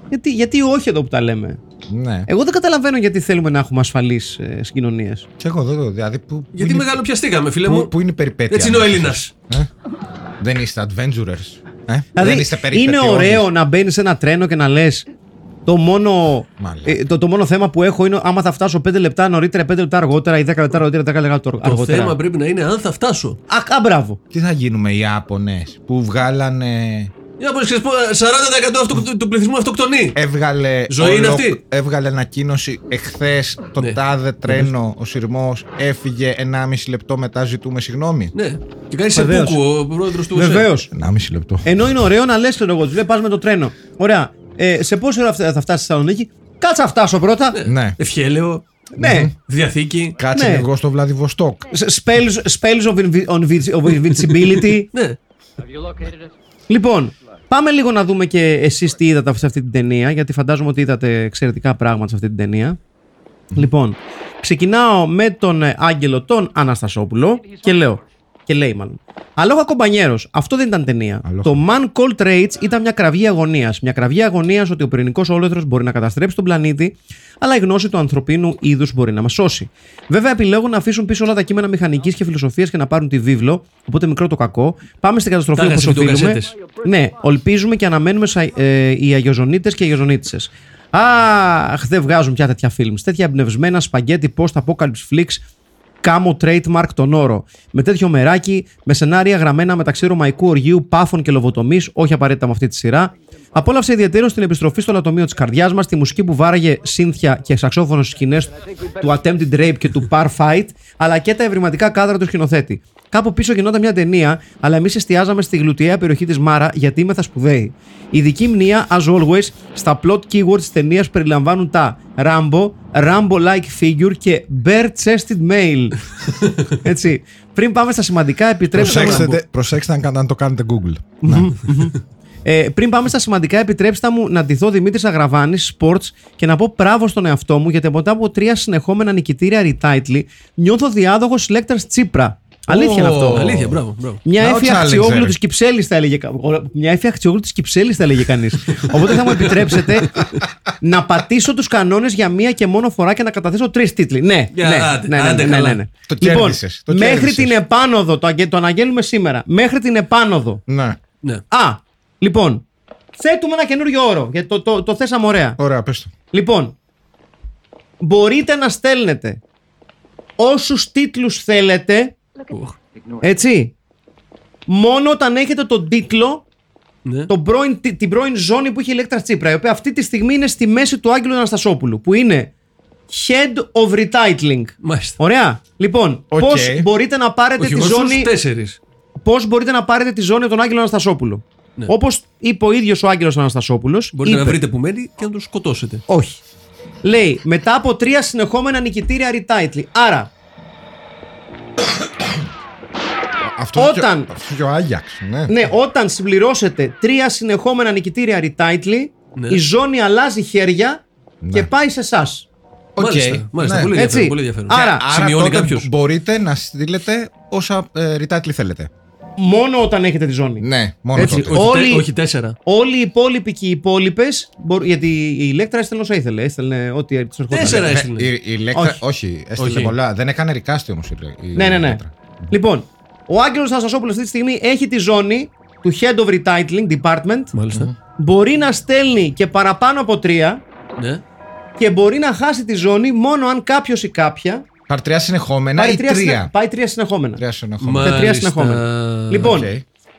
Γιατί, γιατί όχι εδώ που τα λέμε.
Ναι.
Εγώ δεν καταλαβαίνω γιατί θέλουμε να έχουμε ασφαλείς ε, συγκοινωνίες.
Και εγώ εδώ, εδώ, δηλαδή. Που, που
Γιατί
είναι-
μεγαλοπιαστήκαμε, φίλε μου.
Πού, πού είναι η περιπέτεια.
Έτσι είναι ο
μέσα
Έλληνα.
σας, ε? Δεν είστε adventurers. Ε? δεν
Δηλαδή,
είστε
είναι
περιπετειώδεις.
ωραίο να μπαίνεις σε ένα τρένο και να λες. Το μόνο,
Μαλάκα.
ε, το, το μόνο θέμα που έχω είναι άμα θα φτάσω 5 λεπτά νωρίτερα, 5 λεπτά αργότερα ή 10 λεπτά αργότερα, 10 λεπτά
Το
αργότερα.
θέμα πρέπει να είναι αν θα φτάσω.
Α, α, μπράβο.
Τι θα γίνουμε οι Ιάπωνες που βγάλανε.
Για να ξέρεις, πω, 40% αυτο, του πληθυσμού
Ε,
αυτοκτονεί.
Έβγαλε,
Ζωή είναι αυτή.
έβγαλε ανακοίνωση εχθές το
Ναι.
τάδε τρένο. Ο σειρμός έφυγε 1,5 λεπτό μετά. Ζητούμε συγγνώμη.
ναι. Και κάνει σε
Βεβαίως.
πούκου ο πρόεδρος του.
Βεβαίω.
1,5 λεπτό.
Ε,
Ενώ είναι ωραίο να λες, ξέρω εγώ, του λέει πας με το τρένο. Ωραία. Ε, σε πόση ώρα θα θα φτάσεις στη Θεσσαλονίκη, κάτσε να φτάσω πρώτα.
ΟΣΕ.
Ναι.
Ευχέλαιο.
Ναι.
Διαθήκη.
Κάτσε
Ναι.
εγώ στο Βλαδιβοστόκ.
Ε,
Spells, spells of, invi- on invi- of invincibility.
Ναι.
λοιπόν, πάμε λίγο να δούμε και εσείς τι είδατε σε αυτή την ταινία, γιατί φαντάζομαι ότι είδατε εξαιρετικά πράγματα σε αυτή την ταινία. Λοιπόν, ξεκινάω με τον ε, Άγγελο τον Αναστασόπουλο και λέω. Και λέει μάλλον. Αλόχα κομπανιέρος, αυτό δεν ήταν ταινία.
Αλόχα.
Το Man Called Rage ήταν μια κραυγή αγωνίας. Μια κραυγή αγωνίας ότι ο πυρηνικός όλεθρος μπορεί να καταστρέψει τον πλανήτη, αλλά η γνώση του ανθρωπίνου είδους μπορεί να μας σώσει. Βέβαια, επιλέγουν να αφήσουν πίσω όλα τα κείμενα μηχανικής και φιλοσοφίας και να πάρουν τη βίβλο, οπότε μικρό το κακό. Πάμε στην καταστροφή
Τα
όπως
έχασε και το
οφείλουμε.
κασέτες.
Ναι, ολπίζουμε και αναμένουμε σα- ε, οι αγιοζωνίτες και οι αγιοζωνίτησε. Αχ, δεν βγάζουν πια τέτοια φιλμ. Τέτοια εμπνευσμένα σπαγκέτι post apocalypse flicks κάμω trademark τον όρο. Με τέτοιο μεράκι, με σενάρια γραμμένα μεταξύ ρωμαϊκού οργίου, πάφων και λοβοτομής, όχι απαραίτητα με αυτή τη σειρά. Απόλαυσε ιδιαίτερο την επιστροφή στο λατομείο της καρδιάς μας, τη μουσική που βάραγε σύνθια και σαξόφωνος στι σκηνές του Attempted Rape και του Par Fight, αλλά και τα ευρηματικά κάδρα του σκηνοθέτη. Κάπου πίσω γινόταν μια ταινία, αλλά εμείς εστιάζαμε στη γλουτιαία περιοχή της Μάρα γιατί είμαι θα σπουδαίοι. Η δική μνήα, as always, στα plot keywords της ταινίας περιλαμβάνουν τα Rambo, Rambo-like figure και bare-chested male. Έτσι. Πριν πάμε στα σημαντικά, επιτρέψτε μου.
ναι.
Προσέξτε, προσέξτε αν, κα- αν το κάνετε Google. Να.
Ε, πριν πάμε στα σημαντικά, επιτρέψτε μου να ντυθώ Δημήτρης Αγραβάνης, sports και να πω μπράβο στον εαυτό μου γιατί μετά από τρία συνεχόμενα νικητήρια retitle νιώθω διάδοχος Λέκταρ Τσίπρα. Αλήθεια είναι αυτό.
Αλήθεια, μπράβο, μπράβο.
Μια
Now
έφη
challenger.
αξιόγλου της Κυψέλης θα έλεγε. κα- ο- Μια έφη αξιόγλου της Κυψέλης θα έλεγε κανείς. Οπότε θα μου επιτρέψετε να πατήσω τους κανόνες για μία και μόνο φορά και να καταθέσω τρεις τίτλοι. Ναι,
Για,
ναι,
άντε,
ναι, ναι,
άντε
ναι, ναι,
καλά.
ναι.
Το
Λοιπόν,
κέρδισες, το
μέχρι
κέρδισες.
την επάνωδο, το, αγγε- το αναγγέλνουμε σήμερα. Μέχρι την επάνωδο.
ναι.
Ναι.
Α, λοιπόν, θέτουμε ένα καινούριο όρο. Γιατί το, το, το θέσαμε ωραία.
Ωραία, πες το.
Λοιπόν, μπορείτε να στέλνετε όσους τίτλους θέλετε, έτσι, μόνο όταν έχετε τον τίτλο,
ναι.
τον πρώην, τι- την πρώην ζώνη που είχε η Λέκτρα Τσίπρα, η οποία αυτή τη στιγμή είναι στη μέση του Άγγελου Αναστασόπουλου, που είναι Head of Retitling.
Μάλιστα.
Ωραία. Λοιπόν,
Οκ.
πώς μπορείτε να πάρετε
Όχι,
τη
εγώ
ζώνη
στους τέσσερις.
πώς μπορείτε να πάρετε τη ζώνη από τον Άγγελο Αναστασόπουλο.
Ναι.
Όπως είπε ο ίδιος ο Άγγελος Αναστασόπουλος.
Μπορείτε να βρείτε που μένει και να τον σκοτώσετε.
Όχι. Λέει μετά από τρία συνεχόμενα νικητήρια retitle. Άρα,
Αυτός είναι
Όταν-
και ο- Αυτός είναι και ο Άγιαξ, ναι.
ναι, όταν συμπληρώσετε τρία συνεχόμενα νικητήρια retitle,
Ναι.
η ζώνη αλλάζει χέρια και πάει σε εσάς.
Οκ,
Μάλιστα, μάλιστα.
ναι.
Πολύ
Έτσι.
ενδιαφέρον. Πολύ ενδιαφέρον.
Άρα-
Άρα
σημειώνει
τότε
κάποιος.
μπορείτε να στείλετε όσα ε, retitle θέλετε.
Μόνο όταν έχετε τη ζώνη.
Ναι, μόνο
Έτσι,
τότε.
Όχι,
Όλοι-
τε- όχι τέσσερα.
Όλοι οι υπόλοιποι και οι υπόλοιπες. Γιατί η Ηλέκτρα έστελνε όσα ήθελε. Έστελνε ό,τι της ερχόταν.
Τέσσερα
Ε,
έστειλε.
η- η Λέκτρα-
Όχι.
όχι, έστειλε
Όχι.
πολλά. Δεν έκανε ρικάστη όμως η η
Ναι, ναι, ναι.
Λέκτρα.
Λοιπόν, ο Άγγελος Αναστασόπουλος αυτή τη στιγμή έχει τη ζώνη του Head of Retitling Department.
Μάλιστα.
μπορεί να στέλνει και παραπάνω από τρία
Ναι.
και μπορεί να χάσει τη ζώνη μόνο αν κάποιος ή κάποια
Πάρ τρία συνεχόμενα ή τρία.
συνε- πάει τρία συνεχόμενα.
Τρία συνεχόμενα.
Μάλιστα.
τρία συνεχόμενα. Λοιπόν,
Οκ.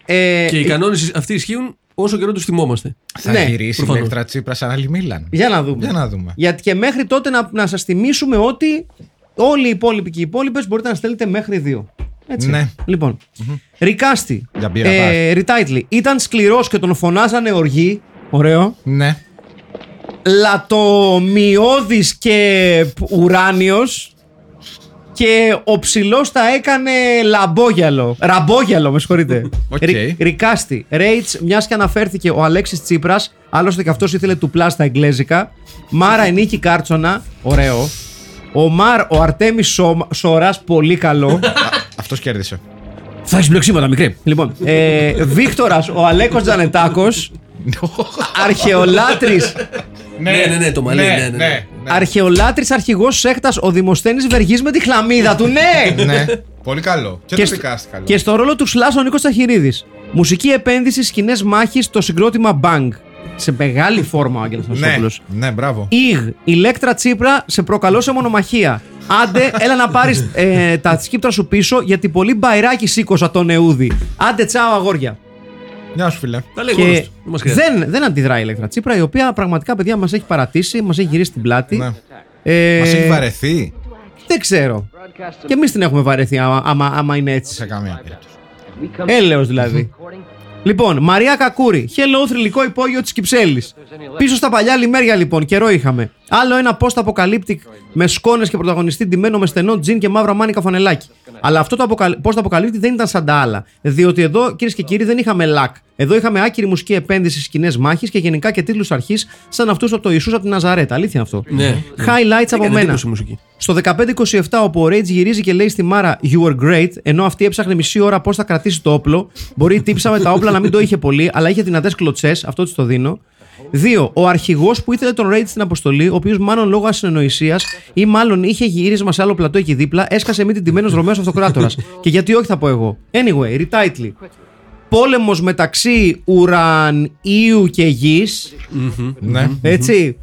ε,
Και οι κανόνες αυτοί ισχύουν όσο καιρό τους θυμόμαστε.
Θα
ναι,
γυρίσει η
προφανώς.
Λέκτρα Τσίπρα σαν άλλη Μίλαν.
για να δούμε.
Για να δούμε.
Γιατί και μέχρι τότε να, να σας θυμίσουμε ότι όλοι οι υπόλοιποι και οι υπόλοιπες μπορείτε να στέλνετε μέχρι δύο. Έτσι.
Ναι.
Λοιπόν, Ρικάστη,
Για μπύρα,
ε, Ριτάιτλι, ήταν σκληρός και τον φωνάζανε οργή. Ωραίο.
Ναι.
λατομιώδης και ουράνιος και ο ψηλός τα έκανε λαμπόγιαλο. Ραμπόγιαλο, με συγχωρείτε.
Οκ.
Ρι- Ρικάστη. Ρέιτς, μιας και αναφέρθηκε ο Αλέξης Τσίπρας, άλλωστε και αυτός ήθελε του πλάστα εγγλέζικα. Μάρα Ενίκη Κάρτσονα, ωραίο. Ο Μαρ, ο Αρτέμις Σο- Σόρας, πολύ καλό.
Αυτός κέρδισε.
Θα έχεις μπλεξίματα, μικρή. Λοιπόν, ε, Βίκτορας, ο Αλέκος Τζανετάκος. Αρχαιολάτρης
Ναι, ναι, ναι, το μαλλί, ναι, ναι, ναι.
Αρχαιολάτρης αρχηγός Σέκτας, ο Δημοσθένης Βεργής με τη χλαμίδα του, ναι!
ναι. Πολύ καλό. Και, το
στο-
ρικάστη καλό.
και στο ρόλο του Σλάς ο Νίκος Τσαχυρίδη. Μουσική επένδυση, σκηνές μάχης, το συγκρότημα Bang. Σε μεγάλη φόρμα ο Άγγελος
ναι,
Αναστόπουλος.
ναι, μπράβο.
Ιγ, ηλέκτρα τσίπρα, σε προκαλώ σε μονομαχία. Άντε, έλα να πάρεις τα σκύπτρα σου πίσω, γιατί πολύ μπαϊράκι σήκωσα τον Εούδη. Άντε, τσάω αγόρια.
Γεια σου, φίλε.
Τα λέει
Και
και... Δεν μας χρειάζεται.
δεν, δεν αντιδράει η Ελέκτρα Τσίπρα, η οποία πραγματικά παιδιά μας έχει παρατήσει, μας έχει γυρίσει την πλάτη.
Ναι.
Ε,
Μας έχει βαρεθεί
Δεν ξέρω. Και εμείς την έχουμε βαρεθεί άμα, άμα, άμα είναι
σε
έτσι.
καμία περίπτωση.
Έλεος δηλαδή. λοιπόν, Μαρία Κακούρη. Hello, θρηλυκό υπόγειο της Κυψέλης. Πίσω στα παλιά λιμέρια λοιπόν, καιρό είχαμε. Άλλο ένα post apocalyptic με σκόνες και πρωταγωνιστή ντυμένο με στενό τζιν και μαύρα μάνικα φανελάκι. Αλλά αυτό το αποκαλ... post apocalyptic δεν ήταν σαν τα άλλα. Διότι εδώ, κυρίες και κύριοι, δεν είχαμε λακ. Εδώ είχαμε άκυρη μουσική επένδυση, σκηνές μάχης και γενικά και τίτλους αρχής σαν αυτούς από το Ιησούς από την Ναζαρέτα. Αλήθεια αυτό.
Ναι.
Highlights από
Έκανε
μένα.
εντύπωση η μουσική.
Στο 15-27 όπου ο Rage γυρίζει και λέει στη Μάρα You were great, ενώ αυτή έψαχνε μισή ώρα πώς θα κρατήσει το όπλο. Μπορεί η τύψα με τα όπλα να μην το είχε πολύ, αλλά είχε δυνατές κλωτσές, αυτό της το δίνω. 2. Ο αρχηγός που ήθελε τον Rage στην αποστολή, ο οποίος μάλλον λόγω ασυνοησία ή μάλλον είχε γύρισμα σε άλλο πλατό εκεί δίπλα, έσκασε μη την τιμένο Ρωμαίος Αυτοκράτορας. και γιατί όχι θα πω εγώ. Anyway, retitle. Πόλεμος μεταξύ ουρανίου και γης.
Ναι.
Mm-hmm. Έτσι.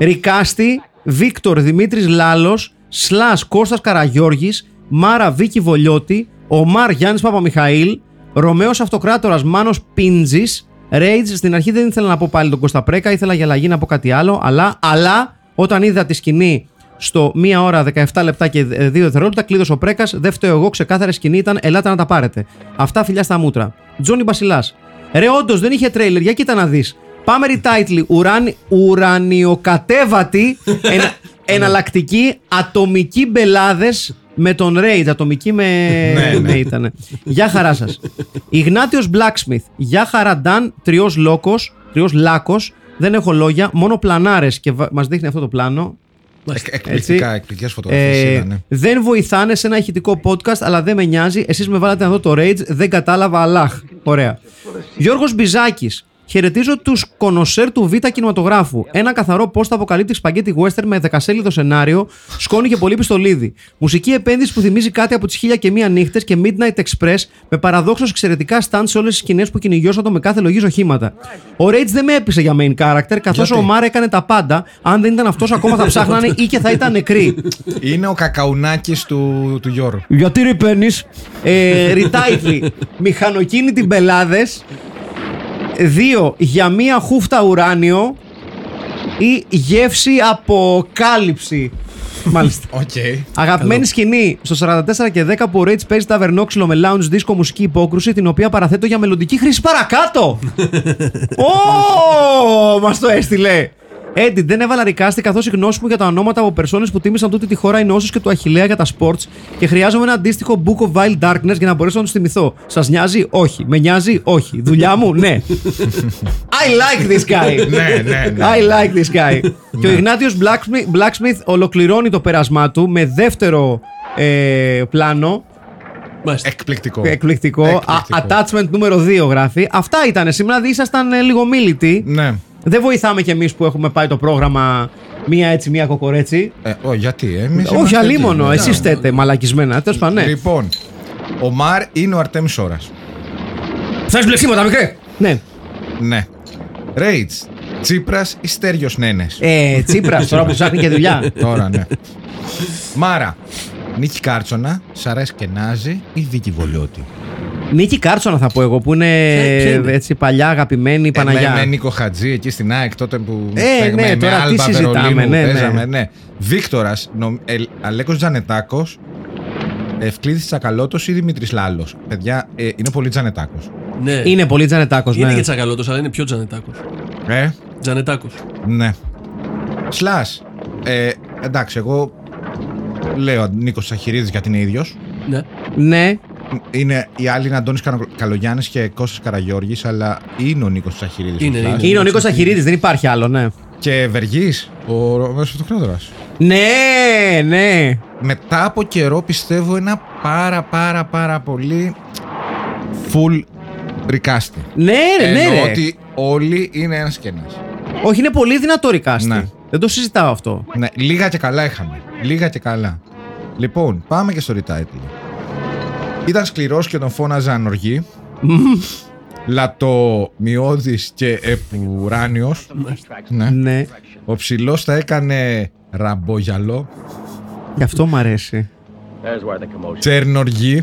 Ρικάστη, Βίκτορ Δημήτρης Λάλος, Σλάς Κώστας Καραγιώργης, Μάρα Βίκη Βολιώτη, Ομάρ Γιάννης Παπαμιχαήλ, Ρωμαίος Αυτοκράτορας Μάνος Πίντζης, Ρέιτζ. Στην αρχή δεν ήθελα να πω πάλι τον Κώστα Πρέκα, ήθελα για αλλαγή να πω κάτι άλλο, αλλά, αλλά όταν είδα τη σκηνή στο 1 ώρα 17 λεπτά και 2 δευτερόλεπτα, κλείδωσε ο Πρέκας. Δεν φταίω εγώ, ξεκάθαρη σκηνή ήταν. Ελάτε να τα πάρετε. Αυτά φιλιά στα μούτρα. Τζόνι Μπασιλάς. Ρε, όντως δεν είχε τρέιλερ, για κοίτα να δεις. Πάμε retitle. Ουραν, ουρανιοκατέβατη ενα- εναλλακτική ατομική μπελάδες με τον Ρέιτ. Ατομική με.
Ναι, ναι.
ήτανε. Γεια χαρά σας. Ιγνάτιος Blacksmith. Γεια χαρά Νταν. Τριός λόκος. Τριός λάκος. Δεν έχω λόγια. Μόνο πλανάρες. Και μας δείχνει αυτό το πλάνο.
Εκ- Εκπληκτικά, εκπληκτικές φωτογραφίε
Ε,
ήταν.
Δεν βοηθάνε σε ένα ηχητικό podcast, αλλά δεν με νοιάζει. Εσείς με βάλατε να δω το Rage, δεν κατάλαβα, αλάχ. Ωραία. Γιώργος Μπιζάκης. Χαιρετίζω τους κονοσέρ του Β κινηματογράφου. Ένα καθαρό post αποκαλύπτει σπαγκέτι western με δεκασέλιδο σενάριο, σκόνη και πολύ πιστολίδι. Μουσική επένδυση που θυμίζει κάτι από τις χίλια και μία νύχτες και Midnight Express με παραδόξως εξαιρετικά στάντ σε όλες τις σκηνές που κυνηγιώσαν με κάθε λογή οχήματα. Ο Rage δεν με έπεισε για main character, καθώς ο Μάρ έκανε τα πάντα. Αν δεν ήταν αυτός, ακόμα θα ψάχνανε ή και θα ήταν νεκροί.
Είναι ο κακαουνάκης του, του Γιώργου.
Γιατί ρε παίρνει. Ε, retitle. Μηχανοκίνητη μπελάδες. Δύο. Για μία χούφτα ουράνιο. Ή γεύση αποκάλυψη. Μάλιστα.
Οκ.
Αγαπημένη σκηνή, στο 44 και 10 που ο Rage παίζει ταβερνόξυλο με lounge disco μουσική υπόκρουση, την οποία παραθέτω για μελλοντική χρήση παρακάτω. Ω, μας το έστειλε. Έντι, δεν έβαλα ρικάστη καθώς η γνώση μου για τα ονόματα από περσόνες που τίμησαν τούτη τη χώρα είναι όσο και του Αχηλέα για τα sports και χρειάζομαι ένα αντίστοιχο Book of Wild Darkness για να μπορέσω να τους θυμηθώ. Σας νοιάζει, όχι. Με νοιάζει, όχι. Δουλειά μου, ναι. I like this guy.
ναι, ναι, ναι.
I like this guy. και ο Ιγνάτιος Blacksmith, Blacksmith ολοκληρώνει το πέρασμά του με δεύτερο ε, πλάνο.
Μάλιστα.
Εκπληκτικό.
Εκπληκτικό. Α-
Εκπληκτικό.
attachment νούμερο 2 γράφει. Αυτά ήταν σήμερα. Δηλαδή ήσασταν ε, λίγο μίλητοι.
Ναι.
Δεν βοηθάμε κι εμείς που έχουμε πάει το πρόγραμμα μία έτσι, μία κοκορέτσι.
Ε, ό, γιατί, εμείς.
Όχι αλίμονο. Εσεί θέτε μαλακισμένα. Τέλος πάντων, ναι.
Λοιπόν, ο Μαρ είναι ο Αρτέμις Ωρα.
Φτάνει μπλεξίματα, μικρέ. Ναι.
Ναι. Ρέιτ. Τσίπρας ή Στέριο Νένες.
Ε, Τσίπρας, τώρα που ψάχνει και δουλειά.
Τώρα, ναι. Μάρα. Νίκη Κάρτσονα, Σαρές Κενάζη ή Δίκη Βολιώτη.
Νίκη Κάρτσονα θα πω εγώ που είναι,
Ποια- ποια είναι?
έτσι παλιά αγαπημένη Παναγιά.
Ε, με, με Νίκο Χατζή εκεί στην ΑΕΚ τότε που.
Ε,
παίγαμε,
ναι, τώρα τι
Άλμπα
συζητάμε,
Βερολίνου
ναι, ναι.
παίζαμε, ναι. ε, Βίκτορα, Αλέκος Τζανετάκος, Ευκλήδης Τσακαλώτος ή Δημήτρης Λάλο. Παιδιά, ε, είναι πολύ Τζανετάκος.
Ναι.
Ε, Είναι πολύ τζανετάκος,
Είναι
ναι.
και τσακαλώτος, αλλά είναι πιο τζανετάκος.
Ε,
Τζανετάκος.
ναι. Σλάς. Ε, εντάξει, εγώ λέω Νίκος Σαχυρίδης γιατί είναι ίδιος.
Ναι.
Ναι.
Είναι οι άλλοι είναι Αντώνη Καλογιάννης και Κώστας Καραγιώργης αλλά είναι ο Νίκος Σαχυρίδης.
Είναι, είναι.
Είναι ο Νίκος Αχυρίδη, δεν υπάρχει άλλο, ναι.
Και Βεργής, ο Ρωμαίο Αυτοκράτορας.
Ναι, ναι.
μετά από καιρό πιστεύω ένα πάρα πάρα πάρα πολύ full recasting.
Ναι, ρε, ναι,
Εννοώ
ρε.
ότι όλοι είναι ένας και ένας.
Όχι, είναι πολύ δυνατό ρικάστη.
Ναι.
Δεν το συζητάω αυτό.
Ναι, λίγα και καλά είχαμε. Λίγα και καλά. Λοιπόν, πάμε και στο retitle. Ήταν σκληρός και τον φώναζαν οργή. Λατομοιώδης και επουράνιος. ναι.
Ναι.
Ο ψηλός τα έκανε ραμπογιαλό.
Γι' αυτό μου αρέσει.
There's where the commotion.
Τσέρνοργή.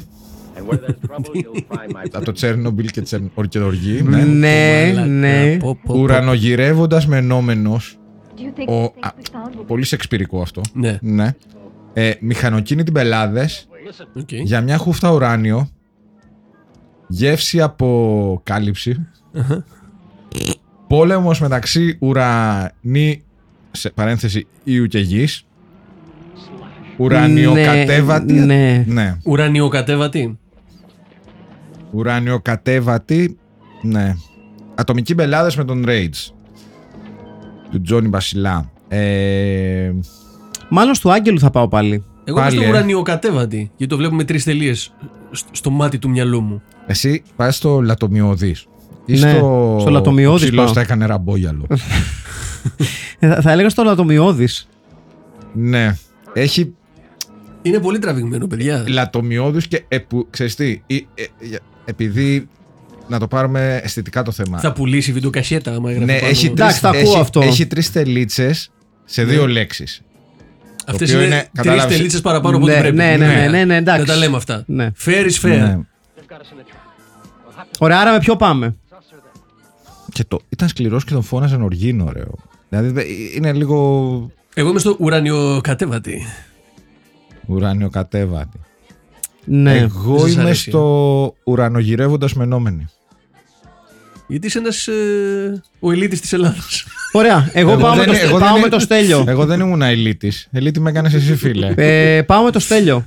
And where there's trouble, you'll find my
Από το Τσέρνομπιλ και Τσέρνοργή. ναι.
Ναι,
Μαλάκα,
ναι.
πω, πω, πω.
Ουρανογυρεύοντας με ενόμενος
Do you think
Ο-
the
α,
things we found will
Πολύ σεξπυρικό αυτό
Ναι.
Ναι ε, Μηχανοκίνητη πελάδες
Οκ.
Για μια χούφτα ουράνιο Γεύση από κάλυψη Πόλεμος μεταξύ ουρανή Σε παρένθεση Ήου και γης Ουρανιοκατέβατη
Ναι, ναι.
ναι.
Ουρανιοκατέβατη.
Ουρανιοκατέβατη Ναι Ατομική μπελάδες με τον Rage Του Τζόνι Βασιλά ε,
Μάλλον στο Άγγελου θα πάω πάλι.
Εγώ είμαι
Πάλι,
στο
ε.
ουρανιοκατέβατη. Γιατί το βλέπουμε τρεις τελείες στο μάτι του μυαλού μου.
Εσύ πας στο λατομιώδη. Ή
Ναι,
στο,
στο λατομιώδης
Ψηλός
πάω.
τα έκανε ραμπόγιαλο.
Ε, Θα, θα έλεγα στο Λατομιώδη.
ναι. Έχει
Είναι πολύ τραβηγμένο, παιδιά.
λατομιώδη και. Επου... Ξέρεις τι, ή- ε, ε, επειδή. Να το πάρουμε αισθητικά το θέμα.
Θα πουλήσει βιντεοκασέτα άμα έγραφε
Ναι,
πάνω.
έχει
Εντάξει, τα ακούω
έχει,
αυτό.
Έχει τρεις τελίτσες σε δύο λέξεις.
Αυτές
οποίο
είναι
είναι-
τρεις
κατάλαβες.
τελίτσες παραπάνω από
Ναι,
ό,τι πρέπει.
ναι, ναι, ναι, ναι, ναι, εντάξει.
Δεν τα λέμε αυτά.
Ναι.
Fair is fair.
Ναι.
Ωραία, άρα με ποιο πάμε.
Και το, ήταν σκληρός και τον φώναζαν οργίνο, ωραίο. Δηλαδή δε- είναι λίγο
Εγώ είμαι στο ουρανιοκατέβατη.
ουράνιο κατέβατη.
Ναι.
Εγώ
σας
είμαι
αρέσει.
στο ουρανογυρεύοντα μενόμενη.
Γιατί είσαι ένας. Ε, ο ελίτης της Ελλάδα.
Ωραία, εγώ, πάω, με
Δηλαδή, δεν-
το,
εγώ
πάω
δεν-
με το στέλιο.
Εγώ δεν ήμουν ελίτη. Ελίτη με έκανες εσύ, φίλε.
ε, πάω με το στέλιο.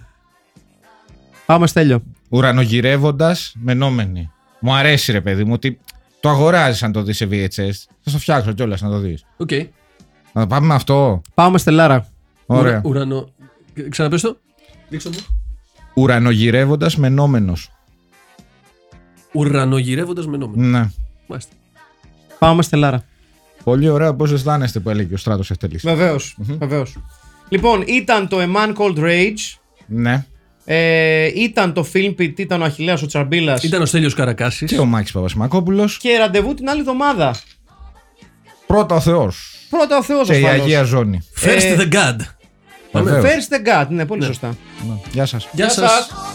Πάω με στέλιο.
ουρανογυρεύοντας μενόμενη. Μου αρέσει, ρε παιδί μου, ότι το αγοράζεις αν το δεις σε VHS. Θα στο φτιάξω κιόλας να το δεις.
Οκ.
Να το πάμε με αυτό.
Πάω με στελάρα.
Ωραία.
Ωρα- Ουρανο. Ξαναπες το. Δείξτε μου.
Ουρανογυρεύοντας μενόμενος.
Ουρανογυρεύοντας με νόμο.
Ναι.
Μάλιστα.
Πάω με στελάρα.
Πολύ ωραία πώς αισθάνεστε που έλεγε ο στράτος ευτελής.
Βεβαίως. Βεβαίως. Λοιπόν, ήταν το A Man Called Rage.
Ναι.
Ε, ήταν το film pit, ήταν ο Αχιλέας ο Τσαρμπίλας
Ήταν ο Στέλιος Καρακάσης.
Και ο Μάκης Παπασημακόπουλος.
Και ραντεβού την άλλη εβδομάδα.
Πρώτα ο Θεός.
Πρώτα ο Θεός
Και η
ασφαλώς.
Αγία Ζώνη.
First
Ε,
the God.
Βεβαίως.
First the God, ναι, πολύ σωστά.
Ναι. Γεια σας.
Γεια
σας.
σας.